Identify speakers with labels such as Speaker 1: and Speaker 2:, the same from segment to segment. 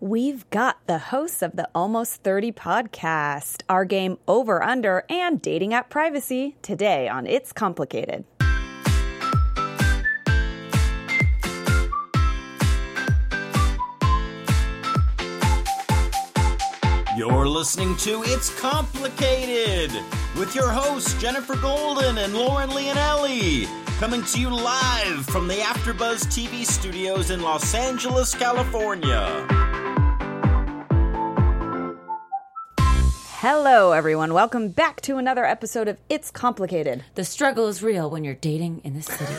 Speaker 1: We've got the hosts of the Almost 30 podcast, our game Over Under, and Dating App Privacy today on It's Complicated.
Speaker 2: You're listening to It's Complicated with your hosts Jennifer Golden and Lauren Leonelli, coming to you live from the AfterBuzz TV studios in Los Angeles, California.
Speaker 1: Hello, everyone. Welcome back to another episode of It's Complicated.
Speaker 3: The struggle is real when you're dating in the city.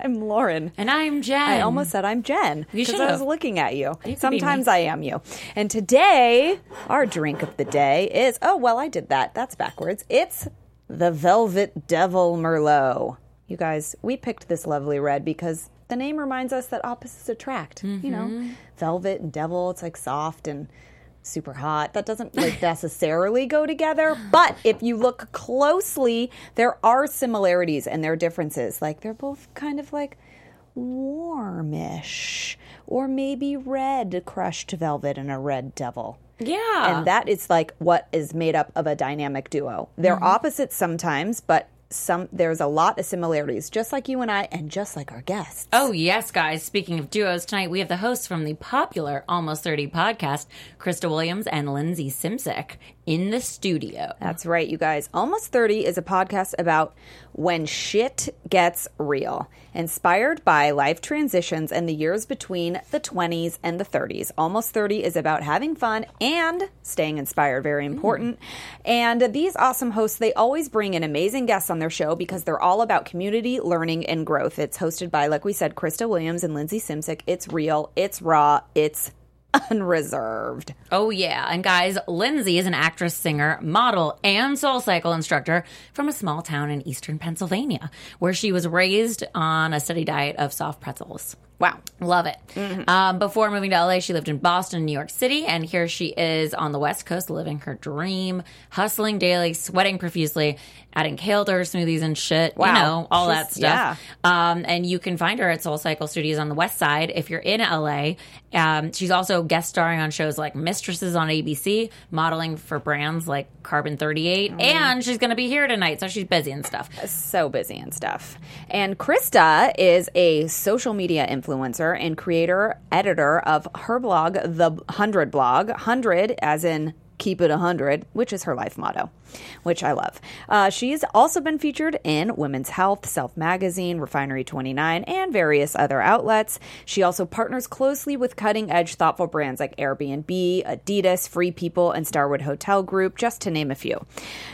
Speaker 1: I'm Lauren.
Speaker 3: And I'm Jen.
Speaker 1: I almost said I'm Jen
Speaker 3: You
Speaker 1: because I was
Speaker 3: should've.
Speaker 1: looking at you.
Speaker 3: could be
Speaker 1: Sometimes
Speaker 3: me.
Speaker 1: I am you. And today, our drink of the day is oh well, I did that. That's backwards. It's the Velvet Devil Merlot. You guys, we picked this lovely red because the name reminds us that opposites attract. You
Speaker 3: Mm-hmm.
Speaker 1: know, velvet and devil. It's like soft and super hot. That doesn't like necessarily go together, but if you look closely, there are similarities and there are differences. Like they're both kind of like warmish or maybe red crushed velvet and a red devil.
Speaker 3: yeah.
Speaker 1: And that is like what is made up of a dynamic duo. They're opposites sometimes, but some there's a lot of similarities, just like you and I and just like our guests.
Speaker 3: oh, yes, guys. Speaking of duos, tonight we have the hosts from the popular Almost 30 podcast, Krista Williams and Lindsay Simsek, in the studio.
Speaker 1: That's right, you guys. Almost 30 is a podcast about when shit gets real. Inspired by life transitions and the years between the 20s and the 30s. Almost 30 is about having fun and staying inspired, very important. And these awesome hosts, they always bring in amazing guests on their show because they're all about community, learning, and growth. It's hosted by, like we said, Krista Williams and Lindsay Simsek. It's real, it's raw, it's unreserved.
Speaker 3: Oh, yeah. And guys, Lindsay is an actress, singer, model, and soul cycle instructor from a small town in eastern Pennsylvania where she was raised on a steady diet of soft pretzels.
Speaker 1: Wow.
Speaker 3: Love it.
Speaker 1: Mm-hmm.
Speaker 3: Um, before moving to LA, she lived in Boston, New York City, and here she is on the West Coast living her dream, hustling daily, sweating profusely, adding kale to her smoothies and shit.
Speaker 1: Wow.
Speaker 3: You know, all
Speaker 1: She's-
Speaker 3: that stuff. Um, and you can find her at Soul Cycle Studios on the West Side if you're in LA. Um, she's also guest starring on shows like Mistresses on ABC, modeling for brands like Carbon 38,
Speaker 1: Mm-hmm.
Speaker 3: and she's going to be here tonight, so she's busy and stuff.
Speaker 1: so busy and stuff. And Krista is a social media influencer and creator, editor of her blog, The 100 Blog. 100 as in keep it 100, which is her life motto, which I love. Uh, she's also been featured in Women's Health, Self Magazine, Refinery 29, and various other outlets. She also partners closely with cutting edge thoughtful brands like Airbnb, Adidas, Free People, and Starwood Hotel Group, just to name a few.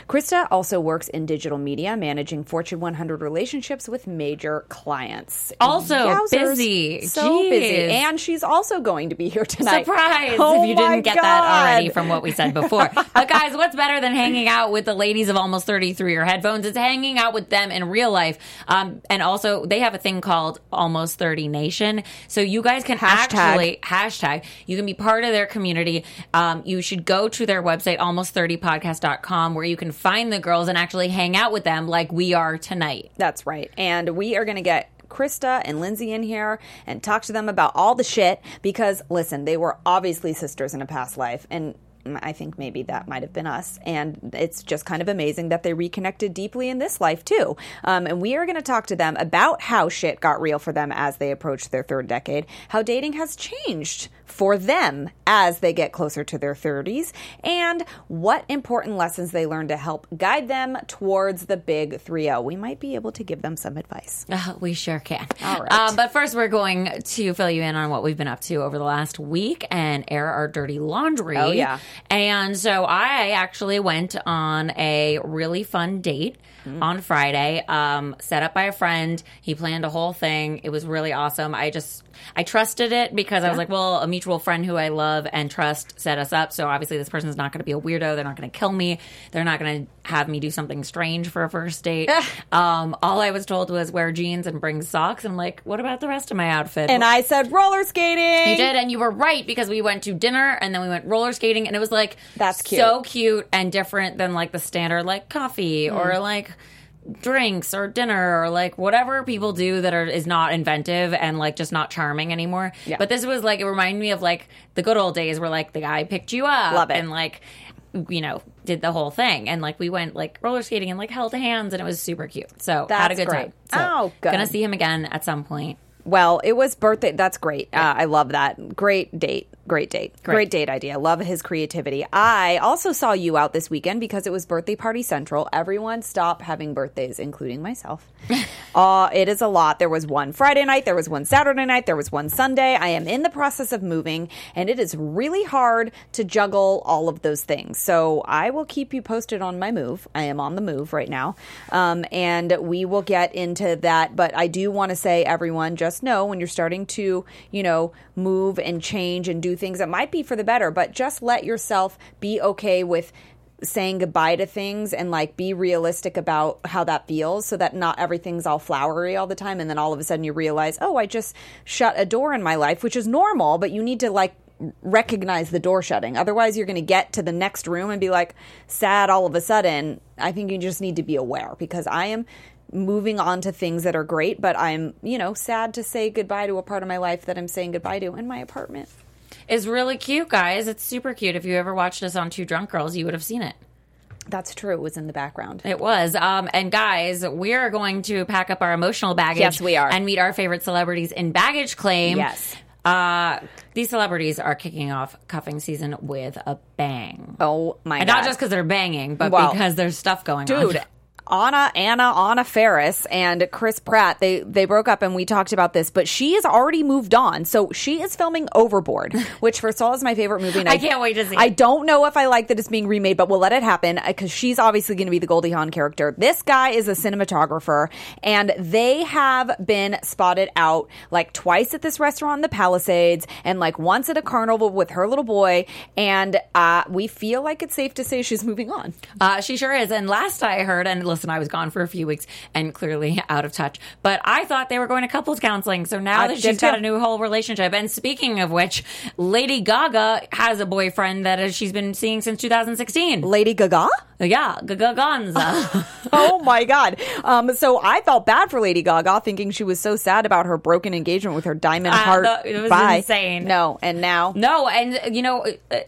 Speaker 1: Krista also works in digital media, managing Fortune 100 relationships with major clients.
Speaker 3: Also
Speaker 1: Yowzers.
Speaker 3: busy.
Speaker 1: So busy.
Speaker 3: Jeez.
Speaker 1: And she's also going to be here tonight.
Speaker 3: Surprise!
Speaker 1: Oh
Speaker 3: if you
Speaker 1: my
Speaker 3: didn't get that already
Speaker 1: God.
Speaker 3: from what we said before. but guys, what's better than hanging out with the ladies of almost 30 through your headphones? It's hanging out with them in real life. Um, and also, they have a thing called Almost 30 Nation. So you guys can actually, hashtag, you can be part of their community. Um, you should go to their website, almost30podcast.com, where you can find the girls and actually hang out with them like we are tonight.
Speaker 1: That's right. And we are going to get Krista and Lindsay in here and talk to them about all the shit because, listen, they were obviously sisters in a past life. And I think maybe that might have been us. And it's just kind of amazing that they reconnected deeply in this life, too. Um, and we are going to talk to them about how shit got real for them as they approach their third decade, how dating has changed for them as they get closer to their 30s, and what important lessons they learn to help guide them towards the big 3 0. We might be able to give them some advice.
Speaker 3: Uh, we sure can.
Speaker 1: All right.
Speaker 3: Um, but first, we're going to fill you in on what we've been up to over the last week and air our dirty laundry.
Speaker 1: Oh, yeah.
Speaker 3: And so I actually went on a really fun date on Friday, um, set up by a friend. He planned a whole thing. It was really awesome. I just, I trusted it because I was like, well, a mutual friend who I love and trust set us up. So obviously, this person's not going to be a weirdo. They're not going to kill me. They're not going to have me do something strange for a first date. um, all I was told was wear jeans and bring socks. And I'm like, what about the rest of my outfit?
Speaker 1: And I said roller skating.
Speaker 3: You did, and you were right because we went to dinner and then we went roller skating, and it was like
Speaker 1: That's cute. Mm.
Speaker 3: so cute and different than like the standard like coffee or like drinks or dinner or like whatever people do that are is not inventive and like just not charming anymore.
Speaker 1: Yeah.
Speaker 3: But this was like it reminded me of like the good old days where like the guy picked you up
Speaker 1: Love it.
Speaker 3: and like you know did the whole thing and like we went like roller skating and like held hands and it was super cute. So had a
Speaker 1: That's
Speaker 3: good
Speaker 1: great.
Speaker 3: time. So,
Speaker 1: Oh, good.
Speaker 3: Gonna see him again at some point.
Speaker 1: Well, it was birthday. That's great. Uh, I love that. Great date. Great date. Great. date idea. Love his creativity. I also saw you out this weekend because it was birthday party central. Everyone stop having birthdays, including myself. uh, it is a lot. There was one Friday night. There was one Saturday night. There was one Sunday. I am in the process of moving, and it is really hard to juggle all of those things. So I will keep you posted on my move. I am on the move right now, um, and we will get into that. But I do want to say, everyone, just know when you're starting to, you know, move and change and do things that might be for the better, but just let yourself be okay with saying goodbye to things and like be realistic about how that feels so that not everything's all flowery all the time and then all of a sudden you realize oh i just shut a door in my life which is normal but you need to like recognize the door shutting otherwise you're going to get to the next room and be like sad all of a sudden i think you just need to be aware because i am moving on to things that are great but i'm you know sad to say goodbye to a part of my life that i'm saying goodbye to in my apartment
Speaker 3: Is really cute, guys. It's super cute. If you ever watched us on Two Drunk Girls, you would have seen it.
Speaker 1: that's true it was in the background
Speaker 3: It was. Um, and guys, we are going to pack up our emotional baggage.
Speaker 1: Yes, we are.
Speaker 3: And meet our favorite celebrities in baggage claim.
Speaker 1: Yes.
Speaker 3: Uh, these celebrities are kicking off cuffing season with a bang.
Speaker 1: oh my
Speaker 3: and
Speaker 1: god
Speaker 3: not just because they're banging, but
Speaker 1: Well,
Speaker 3: because there's stuff going on.
Speaker 1: dude Anna, Anna, Anna Ferris, and Chris Pratt. They they broke up, and we talked about this. But she has already moved on, so she is filming Overboard, which first of all is my favorite movie. And
Speaker 3: I can't wait to see it.
Speaker 1: I don't know if I like that it's being remade, but we'll let it happen because she's obviously going to be the Goldie Hawn character. This guy is a cinematographer, and they have been spotted out like twice at this restaurant in the Palisades, and like once at a carnival with her little boy. And uh, we feel like it's safe to say she's moving on.
Speaker 3: Uh, she sure is. And last I heard, and listen, I was gone for a few weeks and clearly out of touch, but I thought they were going to couples counseling. So now
Speaker 1: I
Speaker 3: that
Speaker 1: did
Speaker 3: she's got
Speaker 1: too.
Speaker 3: a new whole relationship. And speaking of which, Lady Gaga has a boyfriend that she's been seeing since 2016.
Speaker 1: Lady Gaga.
Speaker 3: Yeah, Gaga Gonza.
Speaker 1: oh my god um so i felt bad for lady gaga thinking she was so sad about her broken engagement with her diamond
Speaker 3: I
Speaker 1: heart
Speaker 3: thought Uh, it was
Speaker 1: bye.
Speaker 3: insane.
Speaker 1: no and now
Speaker 3: no, and you know,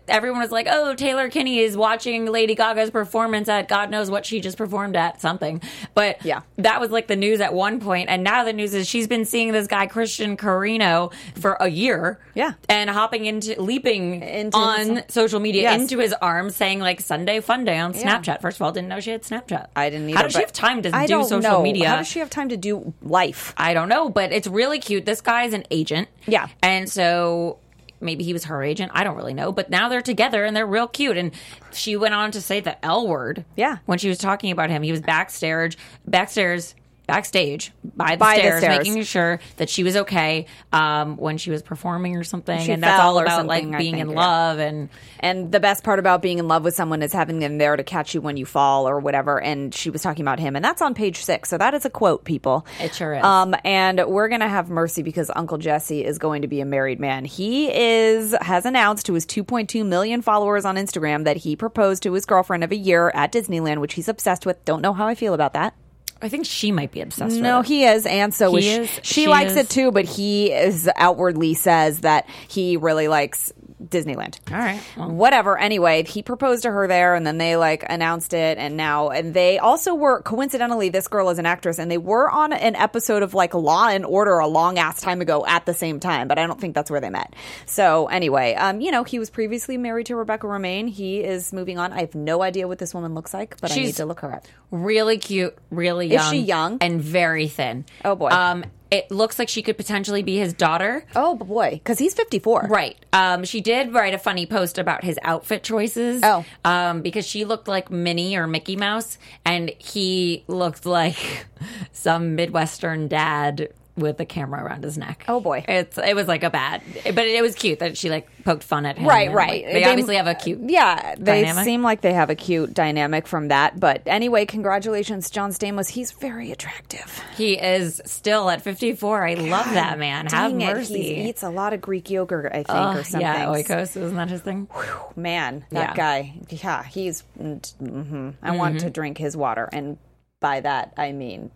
Speaker 3: everyone was like, oh, Taylor Kinney is watching Lady Gaga's performance at God knows what she just performed at, something. But
Speaker 1: Yeah.
Speaker 3: that was like the news at one point, And now the news is she's been seeing this guy, Christian Carino, for a year.
Speaker 1: Yeah.
Speaker 3: And hopping into, leaping
Speaker 1: Into
Speaker 3: on
Speaker 1: his-
Speaker 3: social media,
Speaker 1: Yes.
Speaker 3: into his arms, saying like Sunday Fun Day on Snapchat. First of all, didn't know she had Snapchat.
Speaker 1: i didn't either,
Speaker 3: How does she
Speaker 1: but-
Speaker 3: have time to
Speaker 1: I
Speaker 3: do
Speaker 1: don't
Speaker 3: social
Speaker 1: know.
Speaker 3: media?
Speaker 1: how does she have time to do life
Speaker 3: I don't know, but it's really cute. This guy's an agent.
Speaker 1: Yeah.
Speaker 3: And so maybe he was her agent. I don't really know. But now they're together and they're real cute. And she went on to say the L word.
Speaker 1: Yeah.
Speaker 3: When she was talking about him, he was backstairs, backstairs, backstage by the,
Speaker 1: By the
Speaker 3: stairs,
Speaker 1: stairs.
Speaker 3: making sure that she was okay um, when she was performing or something.
Speaker 1: She
Speaker 3: and that's
Speaker 1: fell
Speaker 3: all
Speaker 1: or
Speaker 3: about like
Speaker 1: something, I
Speaker 3: being
Speaker 1: think,
Speaker 3: in
Speaker 1: yeah.
Speaker 3: love and
Speaker 1: and the best part about being in love with someone is having them there to catch you when you fall or whatever and she was talking about him and that's on page six so that is a quote people
Speaker 3: It sure is.
Speaker 1: um and we're gonna have mercy because uncle jesse is going to be a married man he is has announced to his 2.2 million followers on instagram that he proposed to his girlfriend of a year at disneyland which he's obsessed with don't know how i feel about that
Speaker 3: I think she might be obsessed
Speaker 1: no,
Speaker 3: with it.
Speaker 1: he is, and so
Speaker 3: He
Speaker 1: is she.
Speaker 3: is,
Speaker 1: She,
Speaker 3: she
Speaker 1: likes
Speaker 3: is.
Speaker 1: it too, but he is outwardly says that he really likes Disneyland.
Speaker 3: All right. Well,
Speaker 1: Oh. Whatever. Anyway, he proposed to her there, and then they like announced it, and now and they also were coincidentally this girl is an actress, and they were on an episode of like Law and Order a long ass time ago at the same time, but I don't think that's where they met. So anyway, um, you know, he was previously married to Rebecca Romaine. He is moving on. I have no idea what this woman looks like, but I need
Speaker 3: She's-
Speaker 1: to look her up.
Speaker 3: really cute, really young.
Speaker 1: Is she young?
Speaker 3: And very thin.
Speaker 1: Oh, boy.
Speaker 3: Um, it looks like she could potentially be his daughter.
Speaker 1: Oh boy, because he's fifty four.
Speaker 3: Right. Um, she did write a funny post about his outfit choices.
Speaker 1: Oh.
Speaker 3: Um, because she looked like Minnie or Mickey Mouse, and he looked like some Midwestern dad with a camera around his neck.
Speaker 1: Oh, boy.
Speaker 3: It's it was like a bad, but it was cute that she like poked fun at him.
Speaker 1: Right,
Speaker 3: and,
Speaker 1: right.
Speaker 3: like, they,
Speaker 1: They-
Speaker 3: obviously have a cute.
Speaker 1: Yeah, they
Speaker 3: Dynamic?
Speaker 1: seem like they have a cute dynamic from that. But anyway, congratulations, John Stamos. He's very attractive.
Speaker 3: He is still at fifty four. I love that man. Have
Speaker 1: Dang it,
Speaker 3: mercy.
Speaker 1: He eats a lot of Greek yogurt, I think, or something.
Speaker 3: yeah, Oikos isn't that his thing?
Speaker 1: Man, that
Speaker 3: Yeah.
Speaker 1: mm-hmm.
Speaker 3: Mm-hmm.
Speaker 1: guy. Yeah, he's. mm, mhm. I want to drink his water and by that, I mean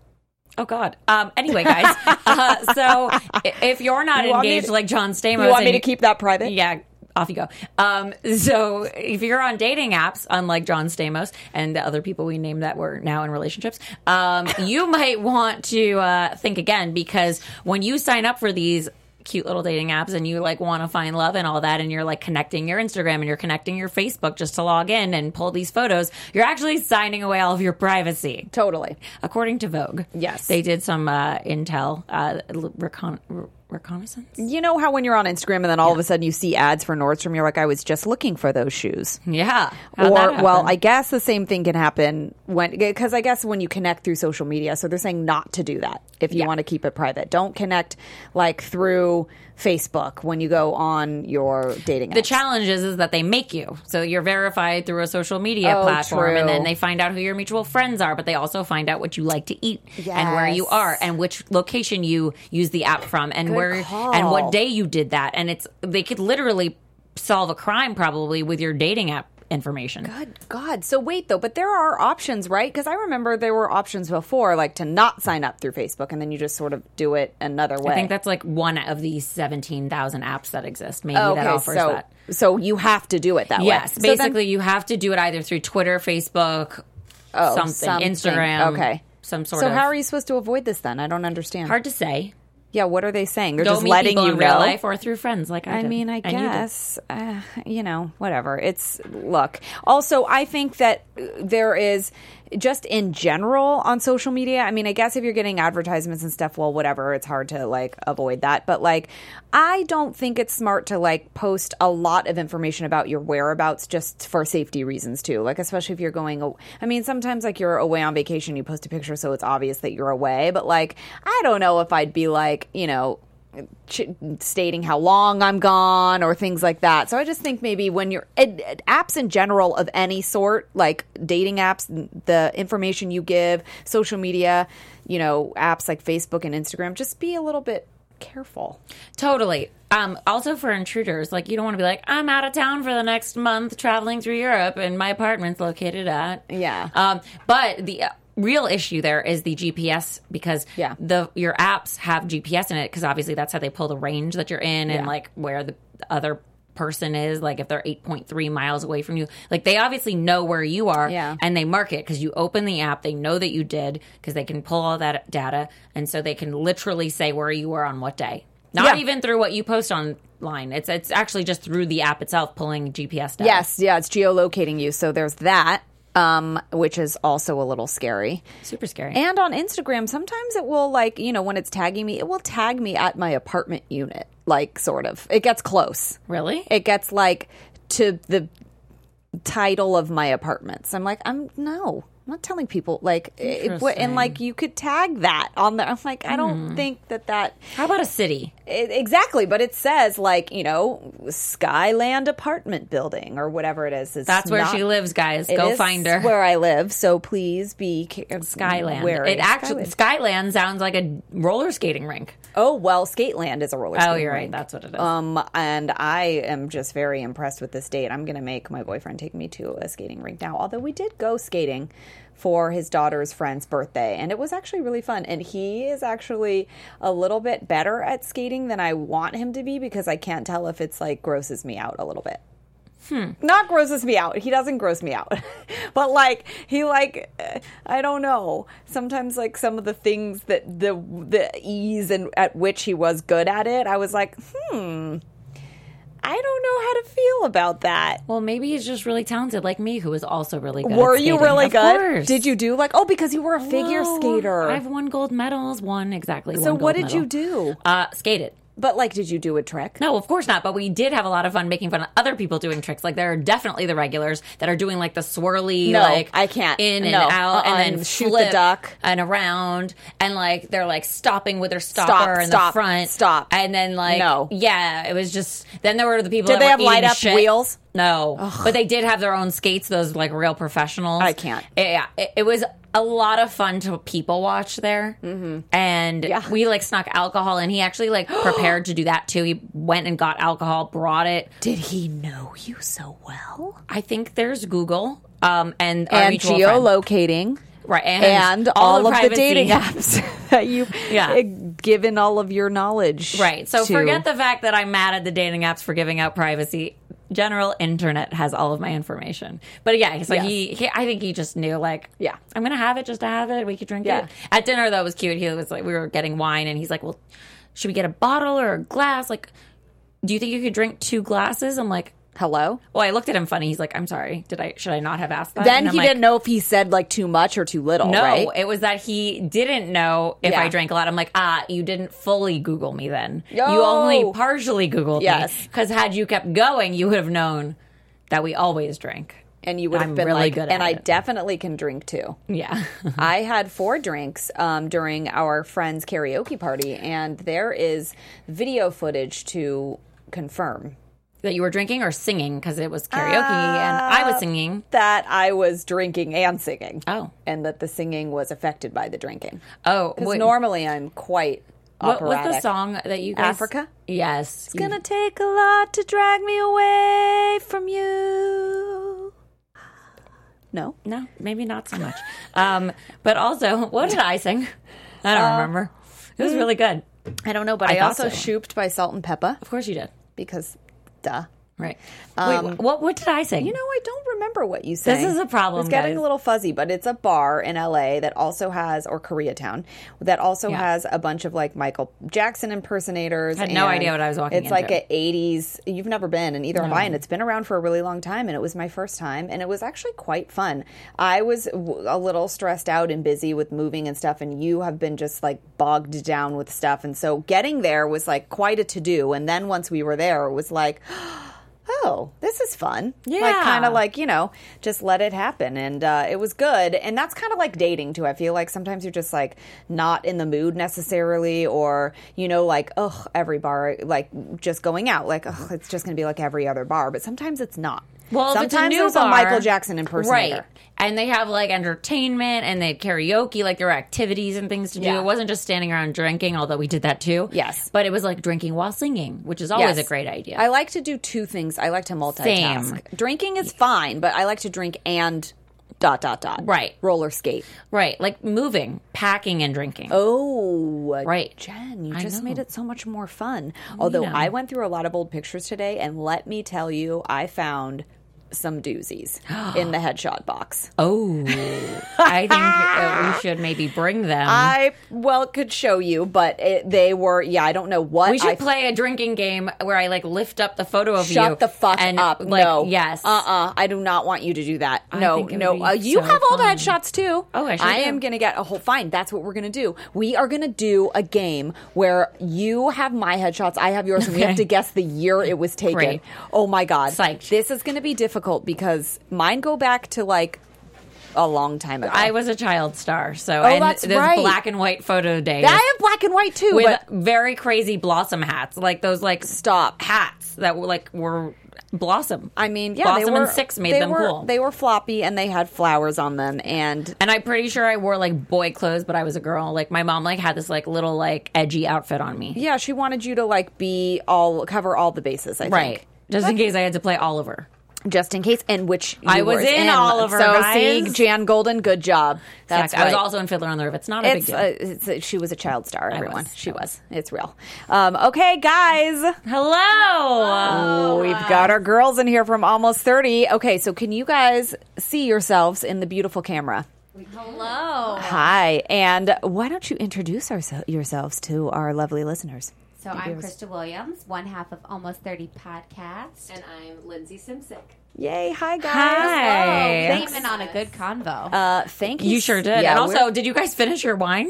Speaker 3: Oh God. Um, anyway, guys. uh, so i- if you're not
Speaker 1: You want me
Speaker 3: engaged
Speaker 1: to-
Speaker 3: like John Stamos,
Speaker 1: You want
Speaker 3: and
Speaker 1: me to keep that private?
Speaker 3: Yeah. Off you go. Um, so if you're on dating apps, unlike John Stamos and the other people we named that were now in relationships, um, you might want to uh, think again because when you sign up for these cute little dating apps and you like want to find love and all that and you're like connecting your Instagram and you're connecting your Facebook just to log in and pull these photos, you're actually signing away all of your privacy
Speaker 1: Totally.
Speaker 3: according to Vogue.
Speaker 1: Yes.
Speaker 3: they did some uh, intel uh, l- recon- re- reconnaissance.
Speaker 1: You know how when you're on Instagram and then all of a sudden you see ads for Nordstrom, you're like, I was just looking for those shoes.
Speaker 3: Yeah, How'd that
Speaker 1: Or
Speaker 3: happen?
Speaker 1: well, I guess the same thing can happen when because I guess when you connect through social media, so they're saying not to do that if you
Speaker 3: Yeah.
Speaker 1: want to keep it private. Don't connect like through Facebook when you go on your dating.
Speaker 3: the
Speaker 1: apps.
Speaker 3: challenge is, is that they make you so you're verified through a social media
Speaker 1: Oh,
Speaker 3: platform, and then
Speaker 1: true.
Speaker 3: they find out who your mutual friends are, but they also find out what you like to eat and where you
Speaker 1: Yes.
Speaker 3: are and which location you use the app from and where
Speaker 1: call.
Speaker 3: and what day you did that, and it's they could literally solve a crime probably with your dating app information.
Speaker 1: Good God. So wait though, but there are options, right? Because I remember there were options before, like to not sign up through Facebook, and then you just sort of do it another way.
Speaker 3: I think that's like one of the seventeen thousand apps that exist. Maybe
Speaker 1: Oh, okay.
Speaker 3: that offers
Speaker 1: so
Speaker 3: that.
Speaker 1: so you have to do it that way.
Speaker 3: Yes,
Speaker 1: So then-
Speaker 3: basically you have to do it either through Twitter, Facebook, something,
Speaker 1: Oh, something.
Speaker 3: Instagram,
Speaker 1: Okay.
Speaker 3: some sort
Speaker 1: so
Speaker 3: of.
Speaker 1: how are you supposed to avoid this then? I don't understand.
Speaker 3: hard to say?
Speaker 1: Yeah, what are they saying? They're
Speaker 3: Don't
Speaker 1: just
Speaker 3: meet
Speaker 1: letting
Speaker 3: people
Speaker 1: you
Speaker 3: in
Speaker 1: know.
Speaker 3: real life or through friends, like I.
Speaker 1: I
Speaker 3: did.
Speaker 1: mean, I
Speaker 3: And you did.
Speaker 1: guess uh, you know, whatever. It's look. Also, I think that uh, there is just in general on social media. I mean, I guess if you're getting advertisements and stuff, well, whatever. It's hard to like avoid that, but like, I don't think it's smart to like post a lot of information about your whereabouts just for safety reasons too. Like, especially if you're going. aw- I mean, sometimes like you're away on vacation, you post a picture so it's obvious that you're away. But like, I don't know if I'd be like, you know ch- stating how long I'm gone or things like that. So I just think maybe when you're ad- ad- apps in general of any sort, like dating apps, n- the information you give, social media, you know, apps like Facebook and Instagram, just be a little bit careful.
Speaker 3: Totally. Um, also for intruders, like you don't want to be like, I'm out of town for the next month traveling through Europe and my apartment's located at.
Speaker 1: Yeah.
Speaker 3: Um, but the uh, real issue there is the GPS because
Speaker 1: Yeah.
Speaker 3: the your apps have GPS in it because obviously that's how they pull the range that you're in and
Speaker 1: Yeah.
Speaker 3: like where the other person is like if they're 8.3 miles away from you like they obviously know where you are
Speaker 1: Yeah.
Speaker 3: and they mark it because you open the app they know that you did because they can pull all that data and so they can literally say where you were on what day not
Speaker 1: Yeah.
Speaker 3: even through what you post online. It's it's actually just through the app itself pulling GPS data.
Speaker 1: Yes, yeah, it's geolocating you. So there's that, um, which is also a little scary.
Speaker 3: super scary.
Speaker 1: And on Instagram, sometimes it will like, you know, when it's tagging me, it will tag me at my apartment unit, like sort of. It gets close.
Speaker 3: really?
Speaker 1: it gets like to the title of my apartments. I'm like, I'm no, I'm not telling people like, it, it- and like you could tag that on there. I'm like, I
Speaker 3: Hmm.
Speaker 1: don't think that that
Speaker 3: How about a city?
Speaker 1: it, exactly, but it says like you know, Skyland apartment building or whatever it is. It's
Speaker 3: That's where
Speaker 1: not-
Speaker 3: she lives, guys.
Speaker 1: It
Speaker 3: Go
Speaker 1: is
Speaker 3: find her.
Speaker 1: where I live. So please be ca-
Speaker 3: Skyland.
Speaker 1: wary.
Speaker 3: It actually
Speaker 1: Skyland.
Speaker 3: Skyland sounds like a roller skating rink.
Speaker 1: Oh well, Skateland is a roller.
Speaker 3: Oh,
Speaker 1: skating
Speaker 3: you're right.
Speaker 1: rink.
Speaker 3: That's what it is.
Speaker 1: Um, and I am just very impressed with this date. I'm going to make my boyfriend take me to a skating rink now. Although we did go skating for his daughter's friend's birthday, and it was actually really fun. And he is actually a little bit better at skating than I want him to be because I can't tell if it's like grosses me out a little bit. Not grosses me out. He doesn't gross me out. but like he like uh, I don't know. Sometimes like some of the things that the the ease and at which he was good at it, I was like, "Hmm. I don't know how to feel about that."
Speaker 3: well, maybe he's just really talented, like me, who is also really good. at
Speaker 1: Were you
Speaker 3: skating.
Speaker 1: really
Speaker 3: Of
Speaker 1: good?
Speaker 3: course.
Speaker 1: Did you do like Oh, because you were a figure
Speaker 3: Whoa.
Speaker 1: skater.
Speaker 3: I've won gold medals. One exactly.
Speaker 1: so
Speaker 3: one gold
Speaker 1: what did you
Speaker 3: medal.
Speaker 1: do?
Speaker 3: Uh, skated.
Speaker 1: But like did you do a trick?
Speaker 3: No, of course not. But we did have a lot of fun making fun of other people doing tricks. Like there are definitely the regulars that are doing like the swirly,
Speaker 1: No,
Speaker 3: like
Speaker 1: I can't.
Speaker 3: in
Speaker 1: No.
Speaker 3: and out,
Speaker 1: Uh-uh,
Speaker 3: and then
Speaker 1: and shoot the
Speaker 3: flip
Speaker 1: duck.
Speaker 3: and around, and like they're like stopping with their stopper
Speaker 1: Stop,
Speaker 3: in
Speaker 1: stop,
Speaker 3: the front,
Speaker 1: stop.
Speaker 3: and then like
Speaker 1: No.
Speaker 3: yeah, it was just. Then there were the people.
Speaker 1: Did
Speaker 3: that
Speaker 1: they
Speaker 3: were
Speaker 1: have
Speaker 3: eating
Speaker 1: light up
Speaker 3: shit.
Speaker 1: wheels?
Speaker 3: No, but they did have their own skates. Those like real professionals.
Speaker 1: I can't.
Speaker 3: Yeah, it, it was a lot of fun to people watch there, mm-hmm. and we like snuck alcohol, and he actually like prepared to do that too. He went and got alcohol, brought it.
Speaker 1: Did he know you so well?
Speaker 3: I think there's Google um, and our
Speaker 1: And
Speaker 3: mutual friend.
Speaker 1: geolocating.
Speaker 3: Right. And,
Speaker 1: and all, of the
Speaker 3: privacy.
Speaker 1: dating apps that you've
Speaker 3: Yeah.
Speaker 1: eh, given all of your knowledge.
Speaker 3: Right. So
Speaker 1: to.
Speaker 3: forget the fact that I'm mad at the dating apps for giving out privacy. General internet has all of my information. But yeah, so
Speaker 1: Yes.
Speaker 3: he, he, I think he just knew like,
Speaker 1: Yeah.
Speaker 3: I'm going to have it just to have it. We could drink
Speaker 1: Yeah.
Speaker 3: it. At dinner, though, it was cute. He was like, we were getting wine and he's like, well, should we get a bottle or a glass? Like, do you think you could drink two glasses? I'm like,
Speaker 1: Hello?
Speaker 3: well, I looked at him funny. He's like, I'm sorry. Did I, should I not have asked that?
Speaker 1: Then
Speaker 3: And I'm
Speaker 1: he
Speaker 3: like,
Speaker 1: didn't know if he said like too much or too little,
Speaker 3: No,
Speaker 1: right?
Speaker 3: it was that he didn't know if
Speaker 1: Yeah.
Speaker 3: I drank a lot. I'm like, ah, you didn't fully Google me then. You
Speaker 1: Yo.
Speaker 3: only partially Googled
Speaker 1: Yes.
Speaker 3: me. Because had you kept going, you would have known that we always drink.
Speaker 1: and you would have
Speaker 3: I'm
Speaker 1: been
Speaker 3: really
Speaker 1: like,
Speaker 3: good
Speaker 1: and
Speaker 3: at
Speaker 1: I
Speaker 3: it."
Speaker 1: definitely can drink too.
Speaker 3: Yeah.
Speaker 1: I had four drinks um, during our friend's karaoke party, and there is video footage to confirm
Speaker 3: that you were drinking or singing because it was karaoke and I
Speaker 1: Ah.
Speaker 3: was singing.
Speaker 1: that I was drinking and singing.
Speaker 3: Oh.
Speaker 1: And that the singing was affected by the drinking.
Speaker 3: Oh,
Speaker 1: Because
Speaker 3: wait,
Speaker 1: normally I'm quite
Speaker 3: what
Speaker 1: operatic.
Speaker 3: was the song that you guys?
Speaker 1: Africa?
Speaker 3: Yes.
Speaker 1: It's gonna take a lot to drag me away from you. No.
Speaker 3: no, maybe not so much. um, but also, what did I sing? I
Speaker 1: Uh,
Speaker 3: don't remember. It
Speaker 1: hmm.
Speaker 3: was really good.
Speaker 1: I don't know, but I,
Speaker 3: thought
Speaker 1: also
Speaker 3: so.
Speaker 1: shooped by Salt and Pepper
Speaker 3: Of course you did.
Speaker 1: because, duh.
Speaker 3: Right.
Speaker 1: Um,
Speaker 3: Wait, what, what did I sing?
Speaker 1: You know, I don't remember what you said.
Speaker 3: is a problem,
Speaker 1: It's getting
Speaker 3: guys.
Speaker 1: a little fuzzy, but it's a bar in LA that also has, or Koreatown, that also
Speaker 3: Yeah.
Speaker 1: has a bunch of like Michael Jackson impersonators.
Speaker 3: Had no
Speaker 1: and
Speaker 3: idea what I was walking
Speaker 1: It's like
Speaker 3: into.
Speaker 1: a '80s. You've never been, and either have I. And it's been around for a really long time, and it was my first time, and it was actually quite fun. I was w- a little stressed out and busy with moving and stuff, and you have been just like bogged down with stuff, and so getting there was like quite a to do. And then once we were there, it was like oh, this is fun. Like,
Speaker 3: Yeah.
Speaker 1: kind of like, you know, just let it happen. And uh, it was good. And that's kind of like dating, too. I feel like sometimes you're just like not in the mood necessarily, or, you know, like, ugh, every bar, like just going out, like, ugh, it's just going to be like every other bar. But sometimes it's not.
Speaker 3: Well, if
Speaker 1: sometimes
Speaker 3: it's a new
Speaker 1: there's
Speaker 3: bar-
Speaker 1: a Michael Jackson impersonator.
Speaker 3: Right. And they have like entertainment and they had karaoke, like there were activities and things to do.
Speaker 1: Yeah.
Speaker 3: It wasn't just standing around drinking, although we did that too.
Speaker 1: Yes.
Speaker 3: But it was like drinking while singing, which is always
Speaker 1: Yes.
Speaker 3: a great idea.
Speaker 1: I like to do two things. I like to multitask.
Speaker 3: Same.
Speaker 1: Drinking is fine, but I like to drink and dot dot dot.
Speaker 3: Right.
Speaker 1: Roller skate.
Speaker 3: right. Like moving, packing, and drinking.
Speaker 1: Oh,
Speaker 3: Right.
Speaker 1: Jen, you
Speaker 3: I
Speaker 1: just
Speaker 3: know.
Speaker 1: made it so much more fun. Although I went through a lot of old pictures today, and let me tell you, I found some doozies in the headshot box.
Speaker 3: Oh. I think uh, we should maybe bring them.
Speaker 1: I well could show you, but it, they were yeah. I don't know what
Speaker 3: we should
Speaker 1: I
Speaker 3: play a drinking game where I like lift up the photo of you.
Speaker 1: Shut the fuck
Speaker 3: and,
Speaker 1: up!
Speaker 3: Like,
Speaker 1: no,
Speaker 3: Yes.
Speaker 1: uh, uh I do not want you to do that. no,
Speaker 3: think it
Speaker 1: no,
Speaker 3: would be
Speaker 1: uh, you
Speaker 3: so
Speaker 1: have all the
Speaker 3: fun.
Speaker 1: headshots too.
Speaker 3: Oh, I sure do.
Speaker 1: am gonna get a whole fine. That's what we're gonna do. We are gonna do a game where you have my headshots, I have yours, and we
Speaker 3: Okay.
Speaker 1: have to guess the year it was taken.
Speaker 3: Great.
Speaker 1: Oh my god,
Speaker 3: Psyched.
Speaker 1: this is gonna be difficult because mine go back to like a long time ago.
Speaker 3: I was a child star, so
Speaker 1: Oh,
Speaker 3: and
Speaker 1: that's
Speaker 3: there's
Speaker 1: right.
Speaker 3: black and white photo days.
Speaker 1: I have black and white too,
Speaker 3: with
Speaker 1: but
Speaker 3: very crazy blossom hats, like those like
Speaker 1: Stop.
Speaker 3: hats that were like were blossom.
Speaker 1: I mean, yeah,
Speaker 3: blossom
Speaker 1: they were
Speaker 3: and six made
Speaker 1: they
Speaker 3: them
Speaker 1: were-
Speaker 3: cool.
Speaker 1: They were floppy and they had flowers on them, and
Speaker 3: and I'm pretty sure I wore like boy clothes, but I was a girl. Like my mom like had this like little like edgy outfit on me,
Speaker 1: Yeah, she wanted you to like be all cover all the bases. I
Speaker 3: right? Just in case I had to play Oliver.
Speaker 1: think, just in case, and which you
Speaker 3: I was
Speaker 1: were
Speaker 3: in Oliver,
Speaker 1: So
Speaker 3: guys.
Speaker 1: see, Jan Golden, good job. That's
Speaker 3: Heck, I was
Speaker 1: right.
Speaker 3: also in Fiddler on the Roof. It's not a
Speaker 1: It's,
Speaker 3: big deal.
Speaker 1: uh, it's uh, she was a child star. Everyone,
Speaker 3: was. Oh,
Speaker 1: she
Speaker 3: I
Speaker 1: was. It's real. Um, okay, guys, Oh,
Speaker 3: Hello.
Speaker 1: we've got our girls in here from almost thirty. Okay, so can you guys see yourselves in the beautiful camera?
Speaker 4: Hello.
Speaker 1: Hi, and why don't you introduce ourse- yourselves to our lovely listeners?
Speaker 4: So I'm Krista Williams, one half of Almost 30 Podcast. Oh,
Speaker 5: And I'm Lindsay Simsick.
Speaker 1: Yay! Hi, guys.
Speaker 3: Hi.
Speaker 4: Came in on a good convo.
Speaker 1: Uh, thank you.
Speaker 3: You
Speaker 1: s-
Speaker 3: sure did.
Speaker 1: Yeah,
Speaker 3: and
Speaker 1: we're-
Speaker 3: also, did you guys finish your wine?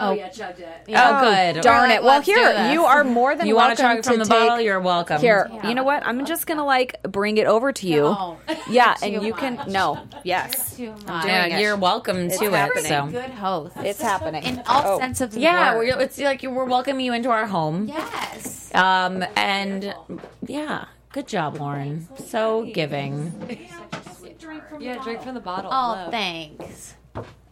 Speaker 5: Oh, yeah, chugged it.
Speaker 3: Oh,
Speaker 1: Oh,
Speaker 3: good.
Speaker 1: Darn
Speaker 4: All right,
Speaker 1: it. Well,
Speaker 4: let's do
Speaker 1: here,
Speaker 4: this.
Speaker 1: you are more than
Speaker 3: You want
Speaker 1: welcome
Speaker 3: to chug from the
Speaker 1: take-
Speaker 3: bottle? You're welcome.
Speaker 1: Here, you know what? I'm just going to like bring it over to you.
Speaker 4: No.
Speaker 1: Yeah, and
Speaker 4: Too
Speaker 1: you can.
Speaker 4: much.
Speaker 1: No. Yes.
Speaker 4: Too much.
Speaker 3: Yeah,
Speaker 1: doing it.
Speaker 3: you're welcome to
Speaker 1: happening.
Speaker 3: it. So
Speaker 4: Good host.
Speaker 1: It's happening.
Speaker 4: in all
Speaker 1: Oh.
Speaker 4: sense of the
Speaker 3: yeah,
Speaker 4: word.
Speaker 3: we're, it's like we're welcoming you into our home.
Speaker 4: yes.
Speaker 3: Um, and yeah, good job, Lauren. So giving.
Speaker 5: Yeah, drink from the bottle.
Speaker 4: Oh, thanks.